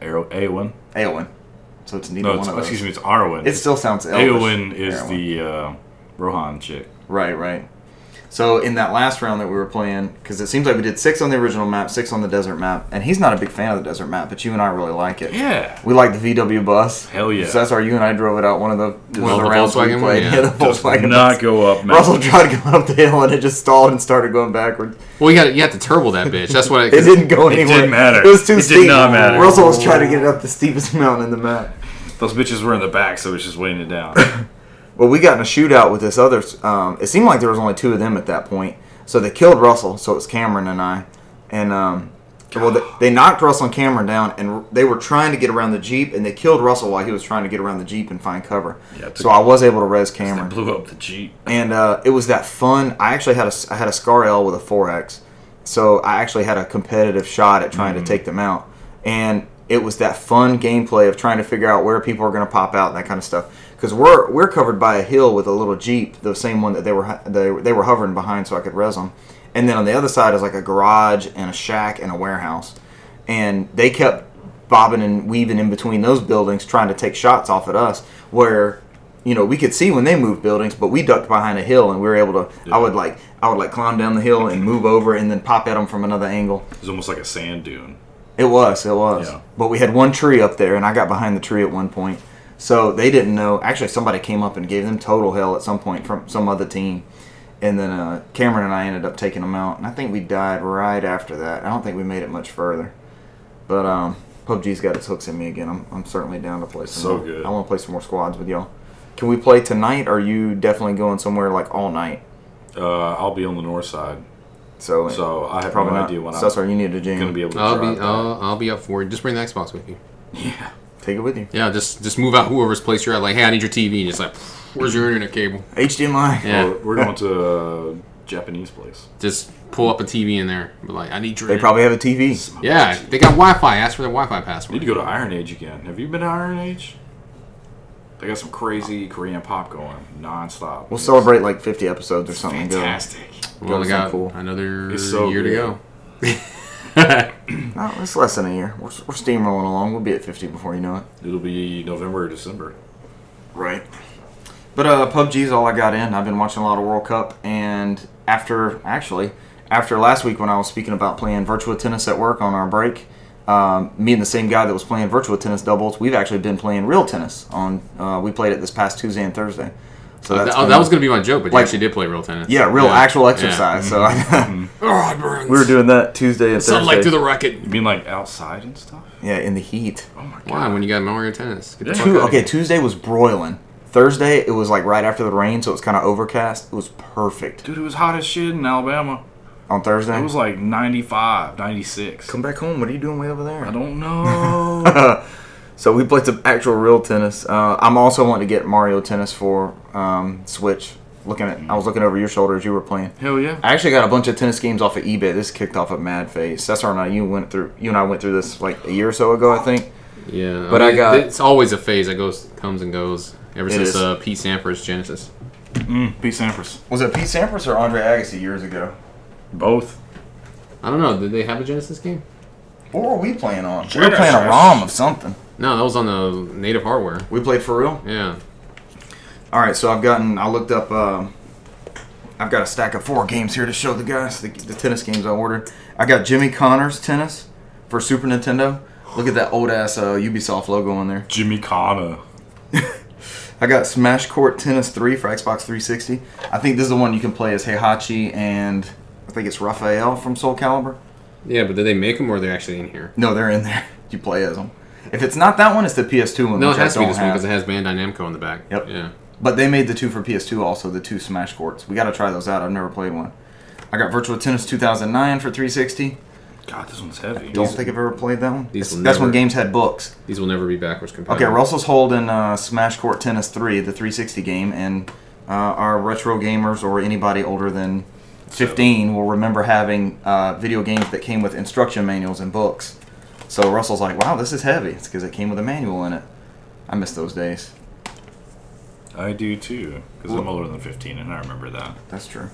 Aero- Aowen.
Aowen. So it's neither
No,
one
it's,
of those.
excuse me, it's Arwen.
It still sounds Elvish.
Aowen is
Arwen.
the uh, Rohan chick.
Right, right. So in that last round that we were playing, because it seems like we did six on the original map, six on the desert map, and he's not a big fan of the desert map, but you and I really like it. [laughs]
Yeah.
We like the VW bus.
Hell yeah.
So that's our you and I drove it out one of the one
Oh,
of the,
the
rounds
Volkswagen
we
one?
played.
Yeah.
[laughs] Yeah, the
Does
Volkswagen.
not
bus.
go up. man.
Russell tried to go up the hill and it just stalled and started going backwards.
Well, you got you got to turbo that bitch. That's what I.
It didn't go
It
anywhere.
didn't matter.
It was too
It did
steep.
not matter.
Russell was trying to get it up the steepest [laughs] mountain in the map.
Those bitches were in the back, so it's just weighing
[laughs]
it down.
But we got in a shootout with this other. Um, it seemed like there was only two of them at that point. So they killed Russell. So it was Cameron and I. And um, well, they, they knocked Russell and Cameron down, and they were trying to get around the jeep, and they killed Russell while he was trying to get around the jeep and find cover.
Yeah, it
so
took-
I was able to res
They
Cameron
blew up the Jeep.
and uh, it was that fun. I actually had a I had a Scar L with a 4X, so I actually had a competitive shot at trying to take them out. And it was that fun gameplay of trying to figure out where people are going to pop out and that kind of stuff. Because we're we're covered by a hill with a little jeep, the same one that they were hu- they, they were hovering behind, so I could res them. And then on the other side is like a garage and a shack and a warehouse, and they kept bobbing and weaving in between those buildings trying to take shots off at us where you know, we could see when they moved buildings, but we ducked behind a hill and we were able to. I would like, I would like climb down the hill and move over and then pop at them from another angle.
It was almost like a sand dune.
It was, it was.
Yeah.
But we had one tree up there, and I got behind the tree at one point, so they didn't know. Actually, somebody came up and gave them total hell at some point from some other team, and then uh, Cameron and I ended up taking them out, and I think we died right after that. I don't think we made it much further, but um, PUBG's got its hooks in me again. I'm, I'm certainly down to play some.
So
more.
good.
I want to play some more squads with y'all. Can we play tonight? Or are you definitely going somewhere like all night?
Uh, I'll be on the north side,
So,
so I have
probably
no
not.
idea when
Cesar, you need a
I'm going to
jam.
be able to
I'll
drive
be
back.
I'll, I'll be up for it. Just bring the Xbox with you.
yeah.
Take it with you.
Yeah, just just move out whoever's place you're at. Like, hey, I need your TV. And just like, where's your internet cable?
HDMI.
Yeah.
We're, we're going to a Japanese place.
Just pull up a TV in there. Be like, I need your.
They probably have a TV.
Smoke
Yeah,
machine.
they got Wi-Fi. Ask for their Wi-Fi
Need
password.
to go to Iron Age again. Have you been to Iron Age? They got some crazy Korean pop going nonstop.
We'll
It's
celebrate like 50 episodes or something. Go.
Fantastic.
We
Go
only
to
got
something cool.
another
It's so
year
good.
to go.
No, it's less than a year. We're, we're steamrolling along. We'll be at 50 before you know it.
It'll be November or December.
Right. But uh, PUBG's all I got in. I've been watching a lot of World Cup, and after actually after last week when I was speaking about playing virtual tennis at work on our break, um, me and the same guy that was playing virtual tennis doubles, we've actually been playing real tennis on. Uh, we played it this past Tuesday and Thursday. So
That,
that's
oh,
been-
that was gonna be my joke, but you
Like-
actually did play real tennis.
yeah, real actual
yeah.
exercise. So [laughs] I,
Oh, it burns.
we were doing that Tuesday and Thursday.
sunlight through the racket.
You mean like outside and stuff?
yeah, in the heat.
Oh my god.
Why? When you got Mario tennis? Get the
Yeah.
fuck
Two,
outta
okay,
here.
Tuesday was broiling. Thursday it was like right after the rain, so it was kind of overcast. It was perfect
Dude, it was hot as shit in Alabama.
on Thursday.
It was like 95, 96.
Come back home. What are you doing way over there?
I
[laughs]
don't know.
So we played some actual real tennis. Uh, I'm also wanting to get Mario Tennis for um, Switch. Looking at, I was looking over your shoulder as you were playing.
Hell yeah.
I actually got a bunch of tennis games off of eBay. This kicked off a mad phase. That's and I, you went through, you and I went through this like a year or so ago, I think.
Yeah,
But I got-
It's always a phase that goes comes and goes. Ever
It
since
is.
uh, Pete Sampras Genesis.
Pete Sampras.
Was it Pete Sampras or Andre Agassi years ago?
Both.
I don't know. Did they have a Genesis game?
What were we playing on? We were
Genesis.
playing a ROM of something.
No, that was on the native hardware.
We played for real.
Yeah.
All right, so I've gotten. I looked up. um I've got a stack of four games here to show the guys the, the tennis games I ordered. I got Jimmy Connors tennis for Super Nintendo. Look at that old ass uh, Ubisoft logo on there.
Jimmy Connor.
I got Smash Court Tennis 3 for Xbox 360. I think this is the one you can play as Heihachi and I think it's Raphael from Soul Calibur.
Yeah, but did they make them or are they actually in here?
No, they're in there. [laughs] You play as them. If it's not that one, it's the PS2 one.
No,
which
it has
I
to be
don't
this one
have.
because it has Bandai Namco in the back.
Yep.
Yeah.
But they made the two for PS2 also, the two Smash courts. We got to try those out. I've never played one. I got Virtual Tennis 2009 for 360.
God, this one's heavy.
Don't think I've ever played that one.
these
That's,
will
that's when
never-
games had books.
These will never be backwards
Okay,
compatible.
Russell's holding uh, Smash Court Tennis 3, the 360 game, and uh, our retro gamers or anybody older than 15 will remember having uh, video games that came with instruction manuals and books. So Russell's like, wow, this is heavy. It's because it came with a manual in it. I miss those days.
I do too. Because I'm older than 15 and I remember that.
That's true.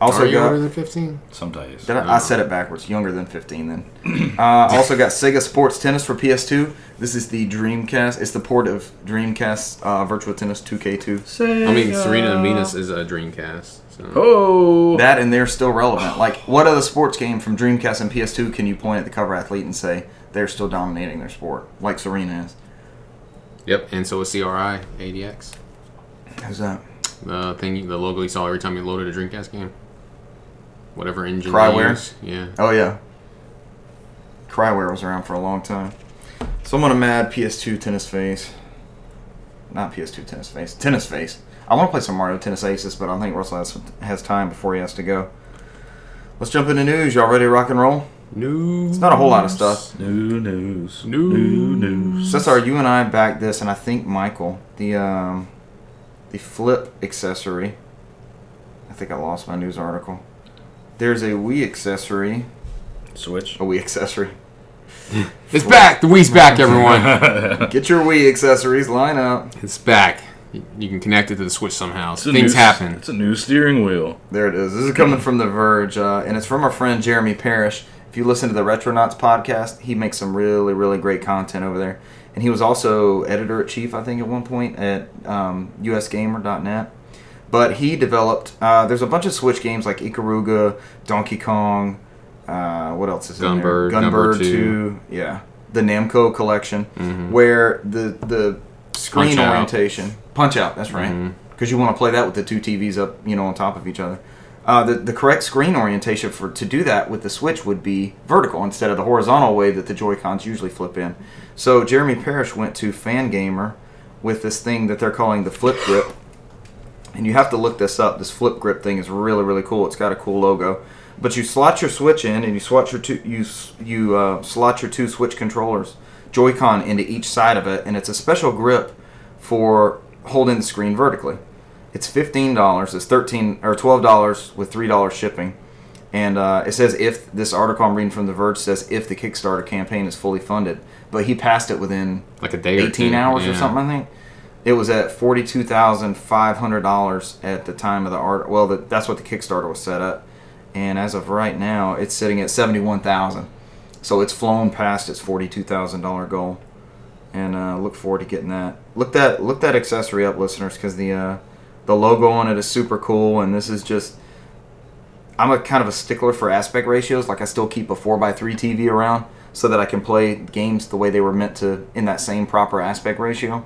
Also,
Are you
got-
older than 15?
Sometimes.
Did I, I said it backwards. Younger than 15 then. [clears throat] Uh, also got Sega Sports Tennis for PS2. This is the Dreamcast. It's the port of Dreamcast uh, Virtual Tennis 2K2.
I mean, Serena and Venus is a Dreamcast. So.
Oh.
That and they're still relevant. Like, what other sports game from Dreamcast and PS2 can you point at the cover athlete and say they're still dominating their sport, like Serena is?
Yep, and so is CRI ADX.
Who's that?
The thing, the logo you saw every time you loaded a Dreamcast game. Whatever engine. they
Cryware?
use, Yeah.
Oh, yeah. Cryware was around for a long time. So I'm on a mad PS2 tennis face. Not PS2 tennis face. Tennis face. I want to play some Mario Tennis Aces, but I think Russell has, has time before he has to go. Let's jump into news. Y'all ready to rock and roll?
News.
It's not a whole lot of stuff.
New news.
New
news.
Cesar, you and I backed this, and I think Michael, the um, the flip accessory. I think I lost my news article. There's a Wii accessory.
Switch. [laughs]
A Wii accessory.
It's back. The Wii's back, everyone.
[laughs] Get your Wii accessories. Line up.
it's back. You- You can connect it to the Switch somehow.
a
Things
new-
happen.
It's a new steering wheel.
There it is. This is coming from The Verge, uh, and it's from our friend Jeremy Parrish. If you listen to the Retronauts podcast, he makes some really, really great content over there. And he was also editor at chief, I think, at one point at um, usgamer.net. But he developed. Uh, there's a bunch of Switch games like Ikaruga, Donkey Kong. Uh, what else is in there?
Gunbird, Gunbird 2.
Yeah, the Namco collection, where the the screen
Punch-Out.
orientation, Punch Out. That's right, because you want to play that with the two TVs up, you know, on top of each other. Uh, the, the correct screen orientation for to do that with the Switch would be vertical instead of the horizontal way that the Joy Cons usually flip in. So Jeremy Parrish went to Fangamer with this thing that they're calling the flip grip. And you have to look this up. This flip grip thing is really really cool. It's got a cool logo. But you slot your switch in, and you slot your two you s- you uh, slot your two switch controllers, Joy-Con into each side of it, and it's a special grip for holding the screen vertically. It's fifteen dollars. It's thirteen or twelve dollars with three dollars shipping. And uh, it says if this article I'm reading from The Verge says if the Kickstarter campaign is fully funded, but he passed it within
Like a day or
eighteen
two,
hours or
yeah.
something. I think it was at forty two thousand five hundred dollars at the time of the art. Well, that that's what the Kickstarter was set up, and as of right now, it's sitting at seventy one thousand. So it's flown past its forty two thousand dollar goal, and uh, look forward to getting that. Look that look that accessory up, listeners, because the uh, the logo on it is super cool, and this is just. I'm a kind of a stickler for aspect ratios. Like I still keep a four x three TV around so that I can play games the way they were meant to in that same proper aspect ratio.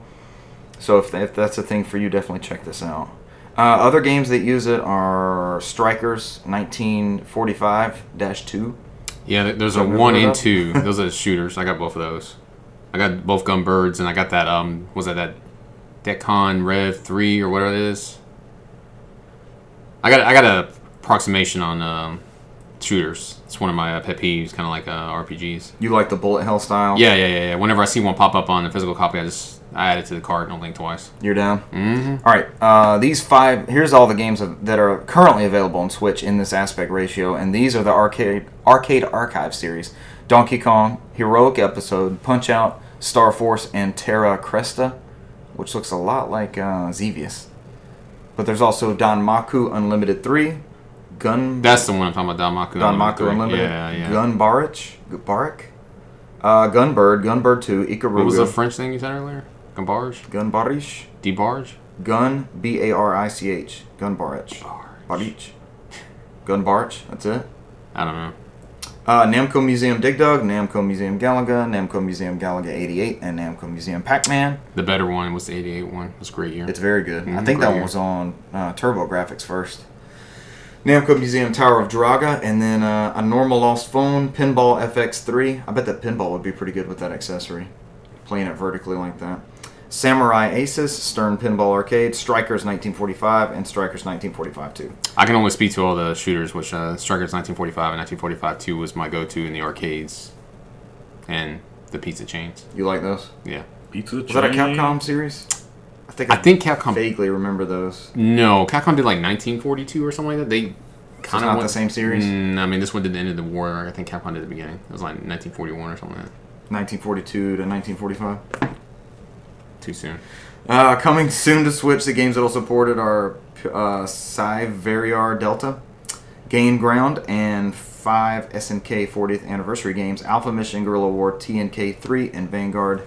So if, if that's a thing for you, definitely check this out. Uh, other games that use it are Strikers 1945-2.
Yeah, th- there's a
Remember
one and
that? [laughs]
two. Those are shooters. I got both of those. I got both gun birds, and I got that. Um, was that that Decon Rev three or whatever it is? I got I got a approximation on um, shooters. It's one of my uh, pet peeves, kind of like uh, RPGs.
You like the bullet hell style?
Yeah, yeah, yeah, yeah. Whenever I see one pop up on a physical copy, I just I add it to the cart. Don't think twice.
You're down. Mm-hmm. right. Uh, these five. Here's all the games of, that are currently available on Switch in this aspect ratio, and these are the arcade arcade archive series: Donkey Kong, Heroic Episode, Punch Out, Star Force, and Terra Cresta, which looks a lot like uh, Xevious. But there's also Don Maku Unlimited Three, Gun
That's the one I'm talking about. Don Maku.
Don
Unlimited
Maku
three.
Unlimited,
Yeah, yeah.
Gun Barich, Barak, uh, Gunbird, Gunbird Two,
what was the
Ikaruga,
French thing you said earlier? Gumbarge,
Gun Barich.
debarge.
Gun B A R I C H. Gun Barich. Barich. Gun Barich. That's it.
I don't know.
Uh, Namco Museum Dig Dug, Namco Museum Galaga, Namco Museum Galaga 88, and Namco Museum Pac Man.
The better one was the '88 one. It was a great year.
It's very good. I
Mm,
think
great.
that one was on uh, Turbo Graphics first. Namco Museum Tower of Draga, and then uh, a normal lost phone, Pinball FX3. I bet that pinball would be pretty good with that accessory. Playing it vertically like that. Samurai Aces, Stern Pinball Arcade, Strikers 1945, and Strikers 1945 2.
I can only speak to all the shooters, which uh, Strikers 1945 and 1945 2 was my go-to in the arcades and the pizza chains.
You like those?
Yeah,
Pizza
Was that a Capcom series? I think
I think Capcom.
vaguely remember those.
No, Capcom did like 1942 or something like that. They
It's
kind
not
of
the same series.
Mm, I mean, this one did the end of the war. I think Capcom did the beginning. It was like 1941 or something like that.
1942 to 1945.
Too soon.
Uh, coming soon to Switch, the games that'll support it are uh, Psy Variar Delta, Game Ground, and five SNK 40th anniversary games: Alpha Mission, Guerrilla War, TNK 3, and Vanguard.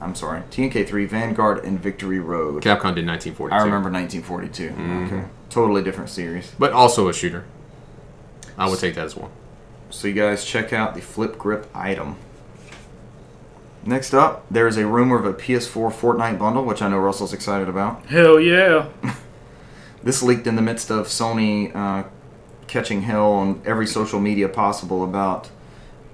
I'm sorry, TNK 3, Vanguard, and Victory Road.
Capcom did 1942.
I remember 1942. Okay, totally different series.
but also a shooter. I would take that as well.
So you guys check out the flip grip item. Next up, there is a rumor of a PS4 Fortnite bundle, which I know Russell's excited about.
Hell yeah.
This leaked in the midst of Sony uh, catching hell on every social media possible about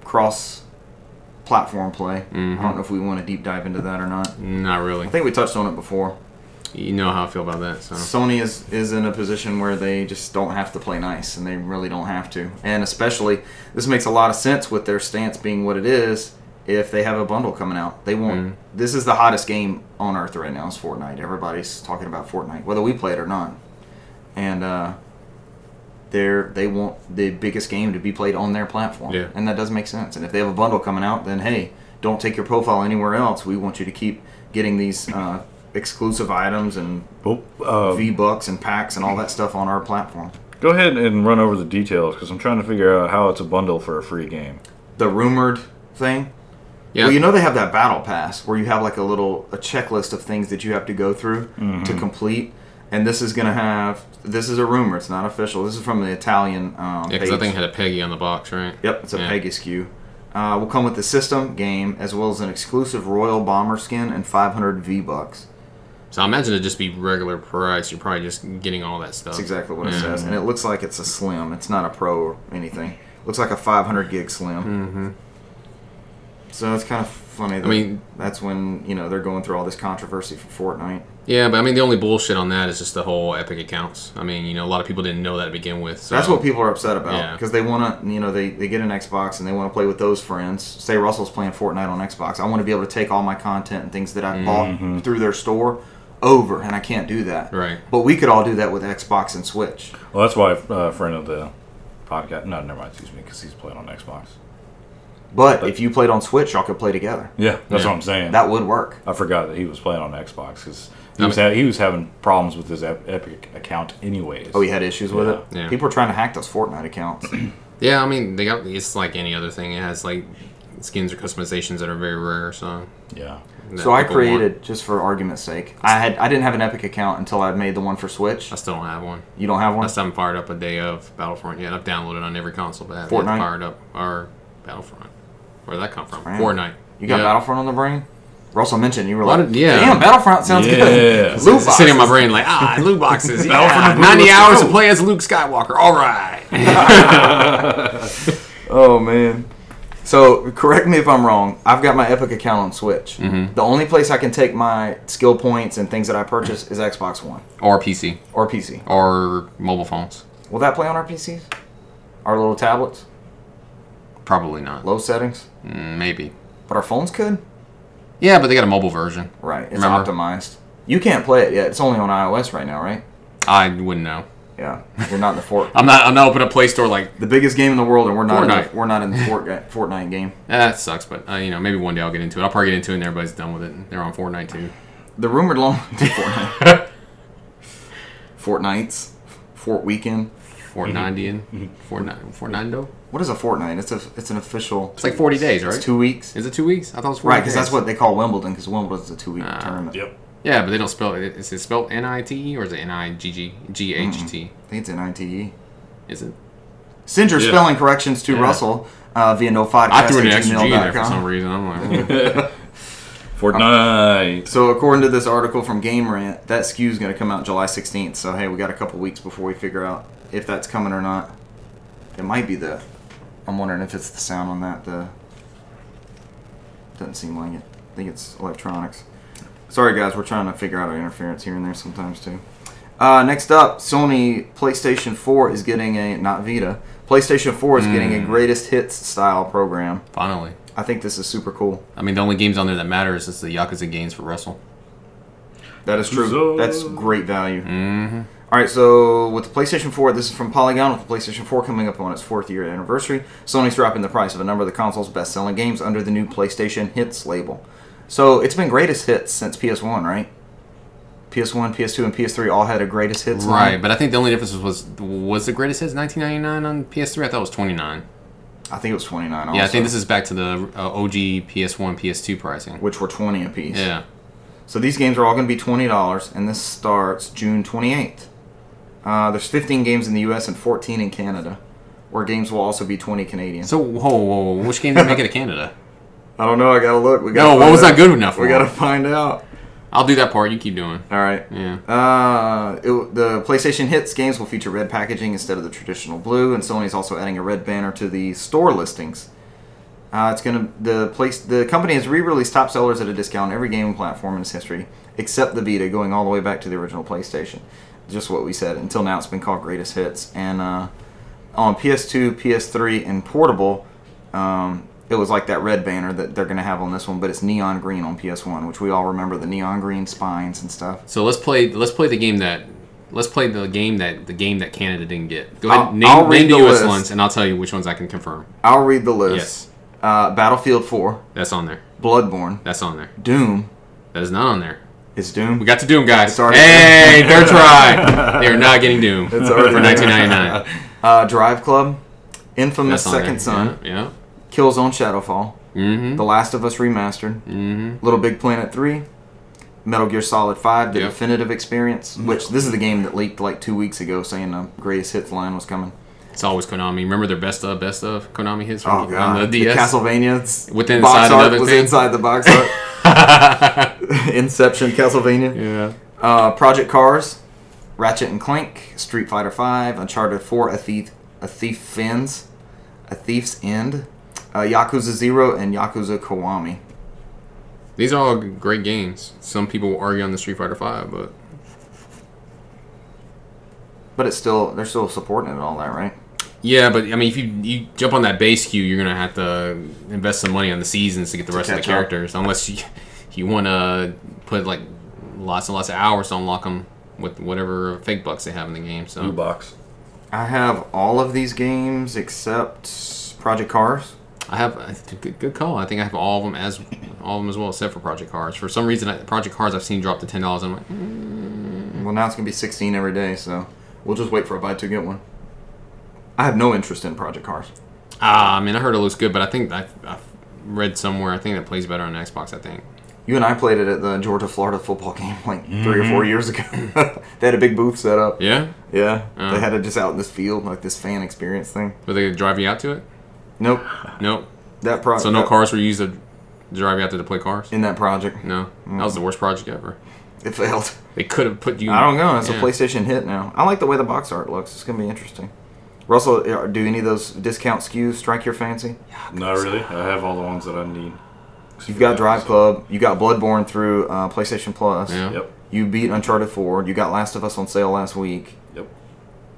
cross-platform play. I don't know if we want to deep dive into that or not.
Not really.
I think we touched on it before.
You know how I feel about that. So
Sony is is in a position where they just don't have to play nice, and they really don't have to. And especially, this makes a lot of sense with their stance being what it is. If they have a bundle coming out, they won't. This is the hottest game on earth right now. Is Fortnite. Everybody's talking about Fortnite, whether we play it or not. And uh, they're they want the biggest game to be played on their platform.
Yeah.
And that does make sense. And if they have a bundle coming out, then hey, don't take your profile anywhere else. We want you to keep getting these uh, exclusive items and
Well, uh,
V Bucks and packs and all that stuff on our platform.
go ahead and run over the details because I'm trying to figure out how it's a bundle for a free game.
The rumored thing.
yeah,
Well, you know they have that battle pass where you have like a little a checklist of things that you have to go through
Mm-hmm.
to complete. And this is gonna have. This is a rumor. It's not official. This is from the Italian. Um, page.
because that thing had a Peggy on the box, right?
Yep, it's a
Yeah.
Peggy SKU. Uh, will come with the system game as well as an exclusive Royal Bomber skin and 500 V Bucks.
So I imagine it'd just be regular price. You're probably just getting all that stuff.
That's exactly what it
Yeah.
says, and it looks like it's a slim. It's not a pro or anything. Looks like a 500 gig slim. Mm-hmm. So it's kind of funny. That
mean-
that's when you know they're going through all this controversy for Fortnite.
Yeah, but I mean, the only bullshit on that is just the whole Epic accounts. I mean, you know, a lot of people didn't know that to begin with. So
That's what people are upset about
Yeah.
because they want to, you know, they, they get an Xbox and they want to play with those friends. Say Russell's playing Fortnite on Xbox. I want to be able to take all my content and things that I bought through their store over, and I can't do that.
Mm-hmm. Right.
But we could all do that with Xbox and Switch.
Well, that's why uh, a friend of the podcast. No, never mind. Excuse me, because he's playing on Xbox.
But if you played on Switch, y'all could play together.
Yeah, that's
Yeah.
what I'm saying.
That would work.
I forgot that he was playing on Xbox because he
I
was ha- he was having problems with his Ep- Epic account, anyways.
Oh, we had issues with it.
Yeah.
People are trying to hack those Fortnite accounts.
Yeah, I mean, they got it's like any other thing. It has like skins or customizations that are very rare. So
yeah.
that
so I
people want.
created, just for argument's sake, I had I didn't have an Epic account until I made the one for Switch.
I still don't have one.
You don't have
I
one.
still haven't fired up a day of Battlefront yet. I've downloaded on every console, but I haven't
Fortnite?
fired up our Battlefront. Where did that come from?
Right.
Fortnite.
You got
Yeah.
Battlefront on the brain? Russell mentioned you were
Why
like,
did- yeah.
damn, Battlefront sounds
Yeah.
good. [laughs]
It's
Loot
It's sitting in my
boxes.
brain like, ah,
[laughs]
loot boxes. yeah,
Battlefront Blue
90
List.
hours to
Oh.
play as Luke Skywalker. All right.
Oh man. So correct me if I'm wrong. I've got my Epic account on Switch.
Mm-hmm.
The only place I can take my skill points and things that I purchase is Xbox One
[laughs] or PC.
or PC.
Or mobile phones.
Will that play on our PCs? Our little tablets,
Probably not.
low settings,
Mm, Maybe.
but our phones could.
Yeah, but they got a mobile version.
Right, it's
Remember.
optimized. You can't play it yet. It's only on iOS right now, right?
I wouldn't know.
Yeah, we're not in the fort.
[laughs] I'm not. I'm not open a Play Store like
the biggest game in the world, and we're not. In
Fortnite.
the, we're
[laughs]
not in the Fortnite, Fortnite game.
eh, that sucks. But uh, you know, maybe one day I'll get into it. I'll probably get into it, and everybody's done with it. and They're on Fortnite too.
The rumored long [laughs] Fortnite. Fortnights, Fort Weekend. Mm-hmm.
Fortnitean, Fortnite, Fortnando.
What is a Fortnite? It's a it's an official.
It's like 40 days, right?
It's two weeks.
Is it two weeks? I thought it was 40
Right, because that's
days. Ah.
what they call Wimbledon. Because Wimbledon's a two week tournament.
Yep.
Yeah, but they don't spell it. Is it spelled N I T E or is it N I G G G H T?
I think it's an ITE.
Is it?
Send your
Yeah.
spelling corrections to
Yeah.
Russell uh, via no podcast.
I threw an extra G in there for some reason. I'm like, [laughs] oh.
Fortnite.
So according to this article from Game Rant, that SKU is going to come out July 16th. So hey, we got a couple weeks before we figure out if that's coming or not. It might be the. I'm wondering if it's the sound on that. The doesn't seem like it. I think it's electronics. Sorry guys, we're trying to figure out our interference here and there sometimes too. Uh, next up, Sony PlayStation 4 is getting a not Vita. PlayStation 4 is getting a greatest hits style program.
finally.
I think this is super cool.
I mean, the only games on there that matter is just the Yakuza games for Russell.
That is true.
So-
That's great value.
Mm-hmm.
All right, so with the PlayStation 4, this is from Polygon. With the PlayStation 4 coming up on its fourth year anniversary, Sony's dropping the price of a number of the console's best-selling games under the new PlayStation Hits label. So it's been greatest hits since PS1, right? PS1, PS2, and PS3 all had a greatest hits. line.
Right, but I think the only difference was was the greatest hits 1999 on PS3. I thought it was 29.
I think it was 29.
Yeah, I
also,
think this is back to the uh, OG PS1, PS2 pricing.
which were 20 apiece.
Yeah,
So these games are all going to be twenty dollars, and this starts June twenty eighth. Uh, there's 15 games in the U.S. and 14 in Canada, where games will also be 20 Canadian.
So whoa, whoa, whoa, which game did make it to Canada?
I don't know. I gotta look. We
No,
[laughs] gotta
what
find
was
out.
not good enough for?
We gotta find out.
I'll do that part. You keep doing.
All right.
Yeah.
Uh, it, the PlayStation Hits games will feature red packaging instead of the traditional blue, and Sony's also adding a red banner to the store listings. Uh, it's gonna the place the company has re-released top sellers at a discount on every gaming platform in its history, except the Vita, going all the way back to the original PlayStation. Just what we said. Until now, it's been called Greatest Hits, and uh, on PS2, PS3, and portable, um, it was like that red banner that they're gonna have on this one, but it's neon green on PS1, which we all remember the neon green spines and stuff.
So let's play. Let's play the game that. Let's play the game that the game that Canada didn't get. Go ahead,
I'll-
name,
I'll read
name the
the
US
list.
ones, and I'll tell you which ones I can confirm.
I'll read the list.
Yes.
Uh, Battlefield 4,
That's on there.
Bloodborne,
That's on there.
Doom.
That is not on there.
Is
We
Doom?
got to Doom, guys.
It's already-
Hey,
[laughs]
third try. They are not getting Doom for
already- [laughs]
1999.
Uh, Drive Club, Infamous
That's on
Second
there.
Son,
Yeah.
Killzone Shadowfall, The Last of Us Remastered,
Mm-hmm.
Little Big Planet 3, Metal Gear Solid 5, The
Yep.
Definitive Experience, which this is the game that leaked like two weeks ago saying the greatest hits line was coming.
It's always Konami. Remember their best of best of Konami hits
Oh,
from
God.
on the DS.
Castlevania's
With the
box
inside
art
another
was
thing.
inside the box
[laughs]
art. Inception, Castlevania.
yeah.
Uh, Project Cars, Ratchet and Clank, Street Fighter Five, Uncharted Four, A Thief, A Thief Fins, A Thief's End, uh, Yakuza Zero, and Yakuza Kiwami.
These are all g- great games. Some people will argue on the Street Fighter Five, but
But it's still they're still supporting it and all that, right?
yeah, but I mean, if you you jump on that base queue, you're gonna have to invest some money on the seasons to get the rest of the
catch up.
characters, unless you [laughs] you want to put like lots and lots of hours to unlock them with whatever fake bucks they have in the game. So
Blue box.
I have all of these games except Project Cars.
I have I think- good, good call. I think I have all of them as all of them as well, except for Project Cars. For some reason, I, Project Cars I've seen drop to ten dollars. I'm like, mm.
Well, now it's gonna be 16 every day, so we'll just wait for a buy two get one. I have no interest in Project Cars.
ah, I mean, I heard it looks good, but I think I, I read somewhere I think it plays better on Xbox. I think.
You and I played it at the Georgia Florida football [laughs] game like three or four years ago. [laughs] they had a big booth set up.
Yeah,
Yeah,
Oh.
they had it just out in this field, like this fan experience thing.
were they driving you out to it?
Nope,
Nope.
that project.
So no cars were used to drive you out to to play cars.
in that project.
No, that was the worst project ever.
It failed.
They could have put you.
I don't know. It's
Yeah.
a PlayStation hit now. I like the way the box art looks. It's gonna be interesting. Russell, uh, do any of those discount SKUs strike your fancy?
Not really. I have all the ones that I need.
You've got Drive Club. You got Bloodborne through uh, PlayStation Plus.
Yeah.
Yep.
You beat Uncharted 4. You got Last of Us on sale last week.
Yep.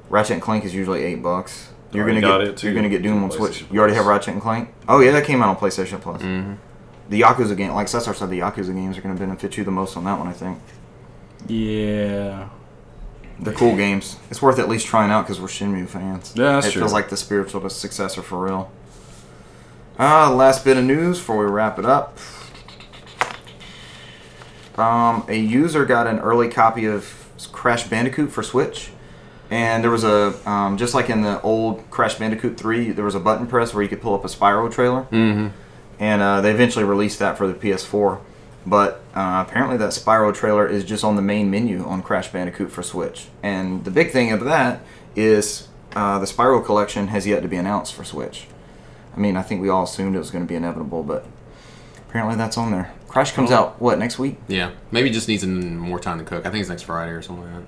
Ratchet and Clank is usually eight bucks. You're
Already
gonna
Oh, got
get
it, too.
you're gonna get Doom on
PlayStation
Switch. You already have
Plus.
Ratchet and Clank. Oh yeah, that came out on PlayStation Plus. The Yakuza game, like Cesar said, the Yakuza games are gonna benefit you the most on that one. I think
Yeah.
they're cool games. It's worth at least trying out because we're Shinmu fans.
Yeah, that's
it
true.
feels like the spiritual successor for real. Ah, last bit of news before we wrap it up. Um, a user got an early copy of Crash Bandicoot for Switch, and there was a um, just like in the old Crash Bandicoot three, there was a button press where you could pull up a Spyro trailer,
hmm
and uh, they eventually released that for the PS4. But uh, apparently, that Spyro trailer is just on the main menu on Crash Bandicoot for Switch. And the big thing of that is uh, the Spyro collection has yet to be announced for Switch. I mean, I think we all assumed it was going to be inevitable, but apparently that's on there. Crash comes out what next week?
Yeah. Maybe it just needs mm, more time to cook. I think it's next Friday or something like that.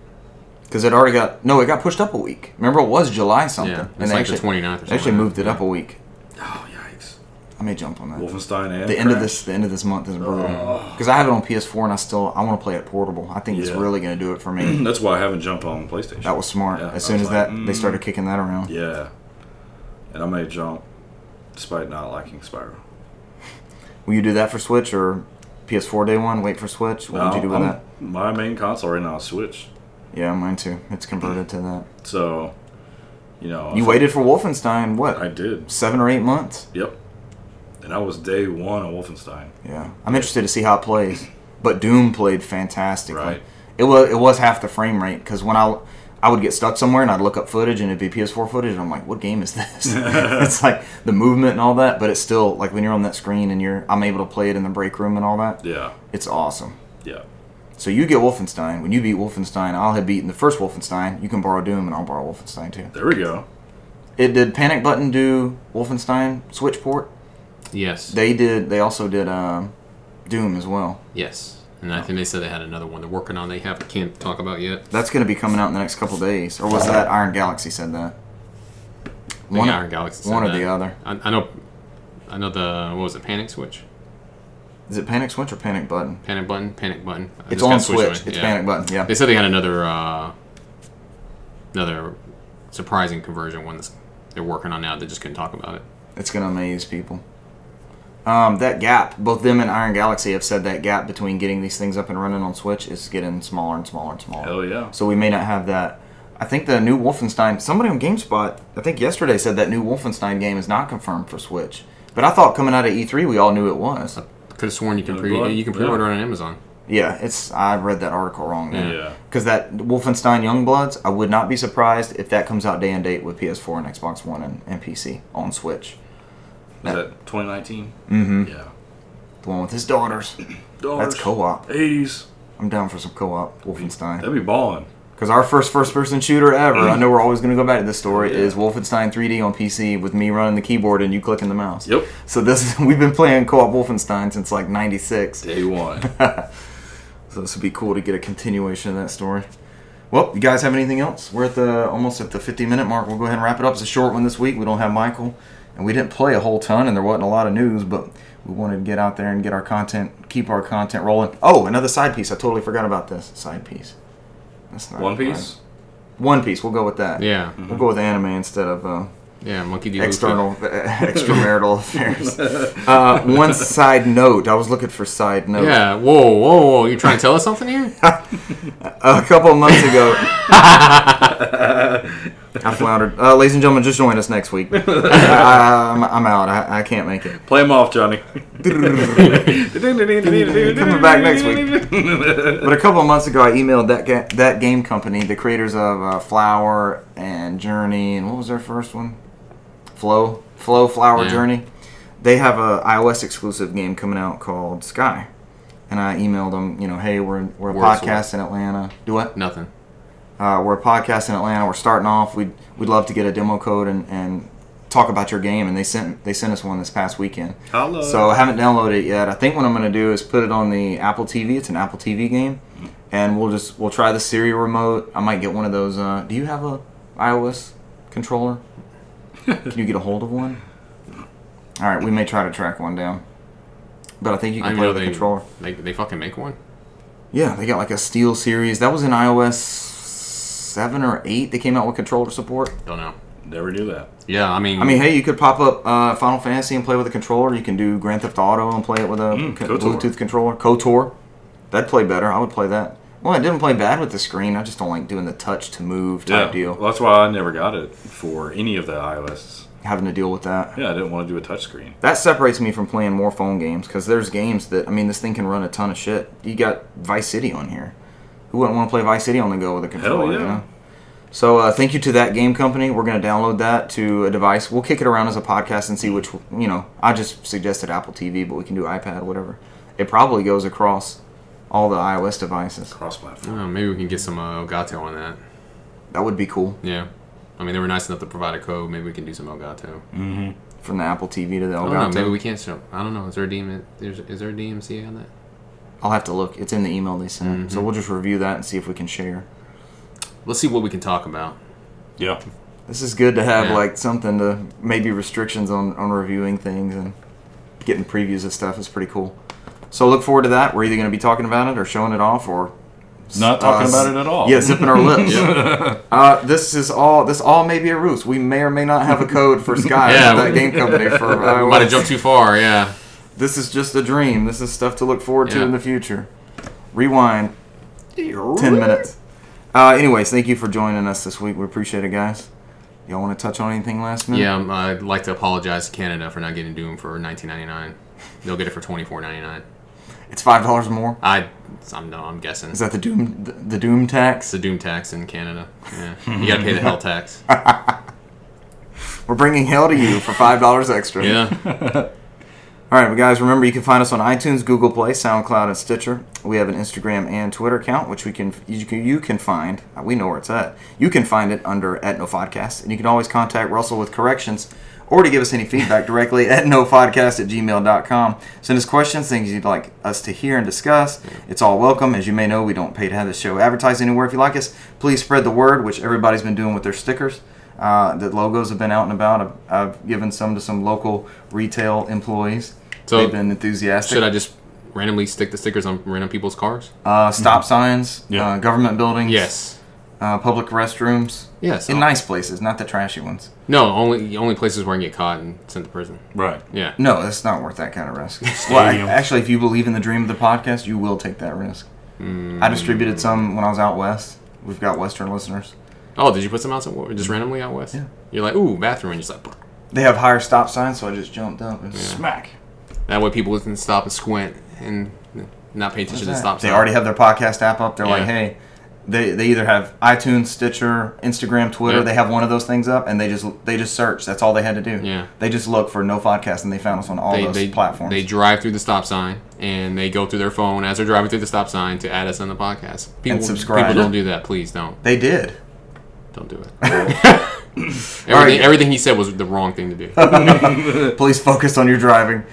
Because it already got no, it got pushed up a week. Remember, it was July something,
Yeah.
and
It's
they
like
actually,
the 29th or something.
they actually
like that.
moved it up a week.
Oh yikes!
I may jump on that.
Wolfenstein and
the end of
Crash.
this um, the end of this month is brutal
Oh.
because I have it on PS4 and I still I want to play it portable. I think it's
Yeah.
really going to do it for
[clears throat]
me.
[clears throat] That's why I haven't jumped on PlayStation.
that was smart.
Yeah,
as
I
soon as
was like, mm.
that they started kicking that around,
Yeah. And I may jump, despite not liking Spyro.
will you do that for Switch or PS4 day one? Wait for Switch. What would you do with
Oh, Um, I'm-
that?
My main console right now is Switch.
Yeah, mine too. It's converted to that.
So, you know.
You
if-
waited for Wolfenstein what
I did.
seven or eight months?
Yep. And I was day one on Wolfenstein.
Yeah, I'm interested to see how it plays. But Doom played fantastically.
Right.
It was it was half the frame rate because when I I would get stuck somewhere and I'd look up footage and it'd be PS4 footage and I'm like, what game is this? [laughs] it's like the movement and all that, but it's still like when you're on that screen and you're I'm able to play it in the break room and all that.
Yeah.
It's awesome.
Yeah.
So you get Wolfenstein. When you beat Wolfenstein, I'll have beaten the first Wolfenstein. You can borrow Doom and I'll borrow Wolfenstein too.
There we go.
It did Panic Button do Wolfenstein Switch port.
Yes.
They did. They also did um, Doom as well.
yes. And I think they said they had another one they're working on. They have can't talk about yet.
That's going to be coming out in the next couple days. Or was that Iron Galaxy said that?
The
One-
Iron Galaxy. said
one or
that.
the other.
I, I know. I know the what was it? Panic Switch,
Is it Panic Switch or Panic Button?
Panic Button, Panic Button. I
It's
just got
on
Switch on
Switch.
it,
It's
yeah.
Panic Button. Yeah.
They said they had another uh, another surprising conversion one that's they're working on now. They just couldn't talk about it.
It's going to amaze people. Um, that gap, both them and Iron Galaxy have said that gap between getting these things up and running on Switch is getting smaller and smaller and smaller.
Oh.
Hell yeah.
So we may not have that. I think the new Wolfenstein, somebody on GameSpot, I think yesterday said that new Wolfenstein game is not confirmed for Switch. But I thought coming out of E3, we all knew it
Uh,
was.
Could have sworn you can
Another
pre
blood?
you can
Yeah.
pre-order it on Amazon.
Yeah, it's I read that article wrong.
Yeah.
Yeah.
Because that Wolfenstein Youngbloods, I would not be surprised if that comes out day and date with PS4 and Xbox One and, and PC on Switch.
Was that 2019?
Mm-hmm.
Yeah.
The one with his daughters. That's
Dollars.
co-op.
80s.
I'm down for some co-op Wolfenstein.
That'd be balling.
Because our first first-person shooter ever, I know we're always going to go back to this story,
Yeah.
is Wolfenstein 3D on PC with me running the keyboard and you clicking the mouse.
Yep.
So this [laughs] we've been playing co-op Wolfenstein since like '96. [laughs]
Day one.
So this would be cool to get a continuation of that story. Well, you guys have anything else? We're at the almost at the 50 minute mark. We'll go ahead and wrap it up. It's a short one this week. We don't have Michael. and we didn't play a whole ton, and there wasn't a lot of news, but we wanted to get out there and get our content, keep our content rolling. Oh, another side piece. I totally forgot about this side piece. That's not
One
right.
Piece.
One Piece. We'll go with that.
Yeah,
Mm-hmm.
We'll go with anime instead of uh,
yeah, monkey D. Luffy.
external [laughs] extramarital
[laughs]
affairs. Uh, one side note. I was looking for side note.
Yeah, whoa, whoa, whoa! You trying to tell us
[laughs]
something here?
a couple of months ago. I floundered. Uh, ladies and gentlemen, just join us next week. I, I'm, I'm out. I, I can't make it.
Play them off, Johnny.
[laughs]
Coming
back next week. But a couple of months ago, I emailed that ga- that game company, the creators of uh, Flower and Journey, and what was their first one? Flow, Flow, Flower,
Yeah.
Journey. They have a iOS exclusive game coming out called Sky, and I emailed them. You know, hey, we're we're a
Wordsworth.
podcast in Atlanta. Do what?
Nothing.
Uh, we're a podcast in Atlanta. We're starting off. We'd we'd love to get a demo code and, and talk about your game. And they sent they sent us one this past weekend.
Hello.
So I haven't downloaded it yet. I think what I'm gonna do is put it on the Apple TV. It's an Apple TV game, and we'll just we'll try the Siri remote. I might get one of those. Uh, do you have a iOS
[laughs]
controller? Can you get a hold of one? All right, we may try to track one down, but I think you
I
can
didn't
play
know
with the
they,
controller.
they they fucking make one.
Yeah, they got like a Steel series. That was in iOS seven or eight. They came out with controller support.
Don't know.
[laughs] Never knew that.
Yeah, I mean,
I mean, hey, you could pop up uh, Final Fantasy and play with a controller. You can do Grand Theft Auto and play it with a co-
Mm, KOTOR.
Bluetooth controller. Kotor, that'd play better. I would play that. Well, it didn't play bad with the screen. I just don't like doing the touch to move type deal.
Well, that's why I never got it for any of the iOS.
Having to deal with that.
Yeah, I didn't want to do a touchscreen.
That separates me from playing more phone games because there's games that I mean, this thing can run a ton of shit. You got Vice City on here. Who wouldn't want to play Vice City on the go with a controller? You
yeah.
know? So uh, thank you to that game company. We're going to download that to a device. We'll kick it around as a podcast and see which you know. I just suggested Apple TV, but we can do iPad, whatever. It probably goes across all the iOS devices.
Cross-platform.
uh, maybe we can get some uh, Elgato on that.
That would be cool
Yeah, I mean, they were nice enough to provide a code. Maybe we can do some Elgato.
from the Apple TV to the
I don't
Elgato.
know. Maybe we can't show. I don't know. Is there a DM? Is, is there a DMCA on that?
I'll have to look. It's in the email they sent, so
Mm-hmm.
we'll just review that and see if we can share.
Let's see what we can talk about.
Yeah.
This is good to have
Yeah.
like something to maybe restrictions on, on reviewing things and getting previews of stuff is pretty cool. So look forward to that. We're either going to be talking about it or showing it off or
Not talking about it at all.
Uh, Yeah,
[laughs]
zipping our lips.
[laughs]
uh, this is all. This all may be a ruse. We may or may not have a code for Sky
[laughs] Yeah,
that
we-
game company
[laughs]
for. Uh,
We might have jumped too far. Yeah.
This is just a dream. This is stuff to look forward to
Yeah.
in the future. Rewind. Ten minutes. Uh, anyways, thank you for joining us this week. We appreciate it, guys. Y'all want to touch on anything last minute?
Yeah, um, I'd like to apologize to Canada for not getting Doom for 19.99. They'll get it for 24.99.
It's five dollars more.
I, I'm no, I'm guessing.
Is that the doom the, the doom
It's
tax?
the Doom tax in Canada.
[laughs]
Yeah, you gotta pay the hell tax.
We're bringing hell to you for five dollars extra.
Yeah.
All right, but guys, remember you can find us on iTunes, Google Play, SoundCloud, and Stitcher. We have an Instagram and Twitter account, which we can you can, you can find. uh, We know where it's at. You can find it under at NoFodcast, and you can always contact Russell with corrections or to give us any feedback directly at nofodcast at gmail.com. Send us questions, things you'd like us to hear and discuss. It's all welcome. As you may know, we don't pay to have the show advertised anywhere. If you like us, please spread the word, which everybody's been doing with their stickers. Uh, the logos have been out and about. I've, I've given some to some local retail employees.
So,
They've been enthusiastic.
Should I just randomly stick the stickers on random people's cars?
uh, stop signs,
Yeah.
uh, government buildings,
Mm-hmm. Yes. Oh.
uh, public restrooms,
Yes. Uh,
in nice places, not the trashy ones.
no, only only places where I can get caught and sent to prison.
Right.
Yeah.
No, that's not worth that kind of
[laughs]
risk. well, I-
Stadiums.
actually, if you believe in the dream of the podcast, you will take that risk.
Mm.
I distributed some when I was out west. We've got Western listeners.
Oh, did you put some out somewhere just randomly out west?
Mm-hmm. Yeah.
You're like, ooh, bathroom, and you're just like,
They have higher stop signs, so I just jumped up and
Smack.
that way people can stop and squint and not pay attention to the stop
They
sign.
already have their podcast app up. They're like,
Yeah.
hey, they, they either have iTunes, Stitcher, Instagram, Twitter.
Yeah.
They have one of those things up, and they just they just search. That's all they had to do.
Yeah.
They just look for no podcast, and they found us on all
they,
those
they,
platforms.
they drive through the stop sign and they go through their phone as they're driving through the stop sign to add us on the podcast. People,
subscribe.
People don't do that. Please don't.
They did.
Don't
[laughs]
do it. everything, everything he said was the wrong thing to do.
[laughs] Please focus on your driving.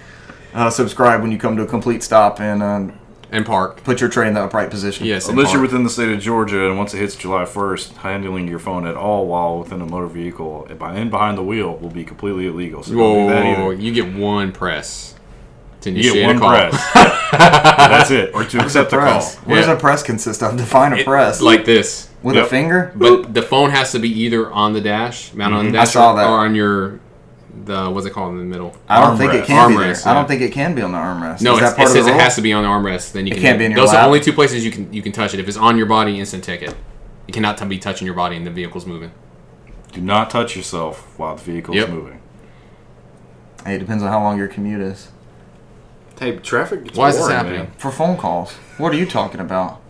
Uh, subscribe when you come to a complete stop and um,
and park.
Put your tray in the upright position.
Yes, and
Unless you're
park.
within the state of Georgia, and once it hits July 1st, handling your phone at all while within a motor vehicle and behind- and behind the wheel will be completely illegal. So don't do that
Whoa,
either.
you get one press. Then
You
shit
get one
a call. [laughs]
press. That's it. Or to accept the call.
Press. What does
Yeah.
a press consist of? Define a
It-
press.
like this.
with
Yep.
a finger.
But the phone has to be either on the dash, mounted on the
Mm-hmm. I
dash,
saw
or,
that.
or on your the what's it called in the middle.
I don't think
Armrest.
it can be there.
Armrest,
I
yeah.
don't think it can be on the armrest.
No,
Is
it's,
that
it
part of
says
the
it
rule?
has to be on the armrest. Then you
It
can.
can't be in your
those are
lap.
only two places you can you can touch it. If it's on your body, instant ticket. You cannot t- be touching your body and the vehicle's moving.
Do not touch yourself while the vehicle
Yep.
is moving.
Hey, it depends on how long your commute is.
Hey, traffic. Gets
Why is this happening?
For phone calls, what are you talking about?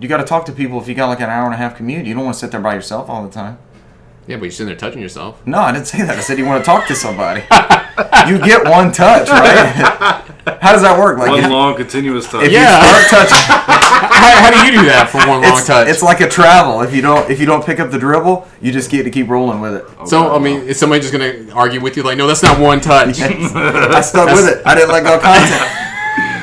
You got to talk to people if you got like an hour and a half commute. You don't want to sit there by yourself all the time.
Yeah, but you're sitting there touching yourself.
No, I didn't say that. I said you want to talk to
[laughs]
somebody. you get one touch, right? how does that work? Like
One
if,
long continuous touch.
if
Yeah. [laughs]
you start touching,
How, how do you do that for [laughs] one long
it's,
touch?
it's like a travel. If you don't if you don't pick up the dribble, you just get to keep rolling with it.
Oh,
so
God,
I mean, is somebody just gonna argue with you like, no, that's not one
[laughs]
touch?
I stuck with it. I didn't let go of contact.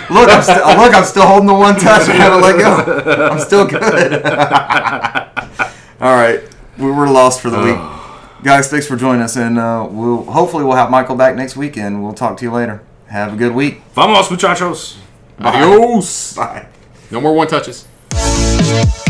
Look, I'm still look. I'm still holding the one touch. I haven't let go. I'm still good. [laughs] All right, we were lost for the week, guys. Thanks for joining us, and uh, we'll hopefully we'll have Michael back next week, and we'll talk to you later. Have a good week.
Vamos, muchachos.
Adios.
Bye.
No more one touches.
Thank you.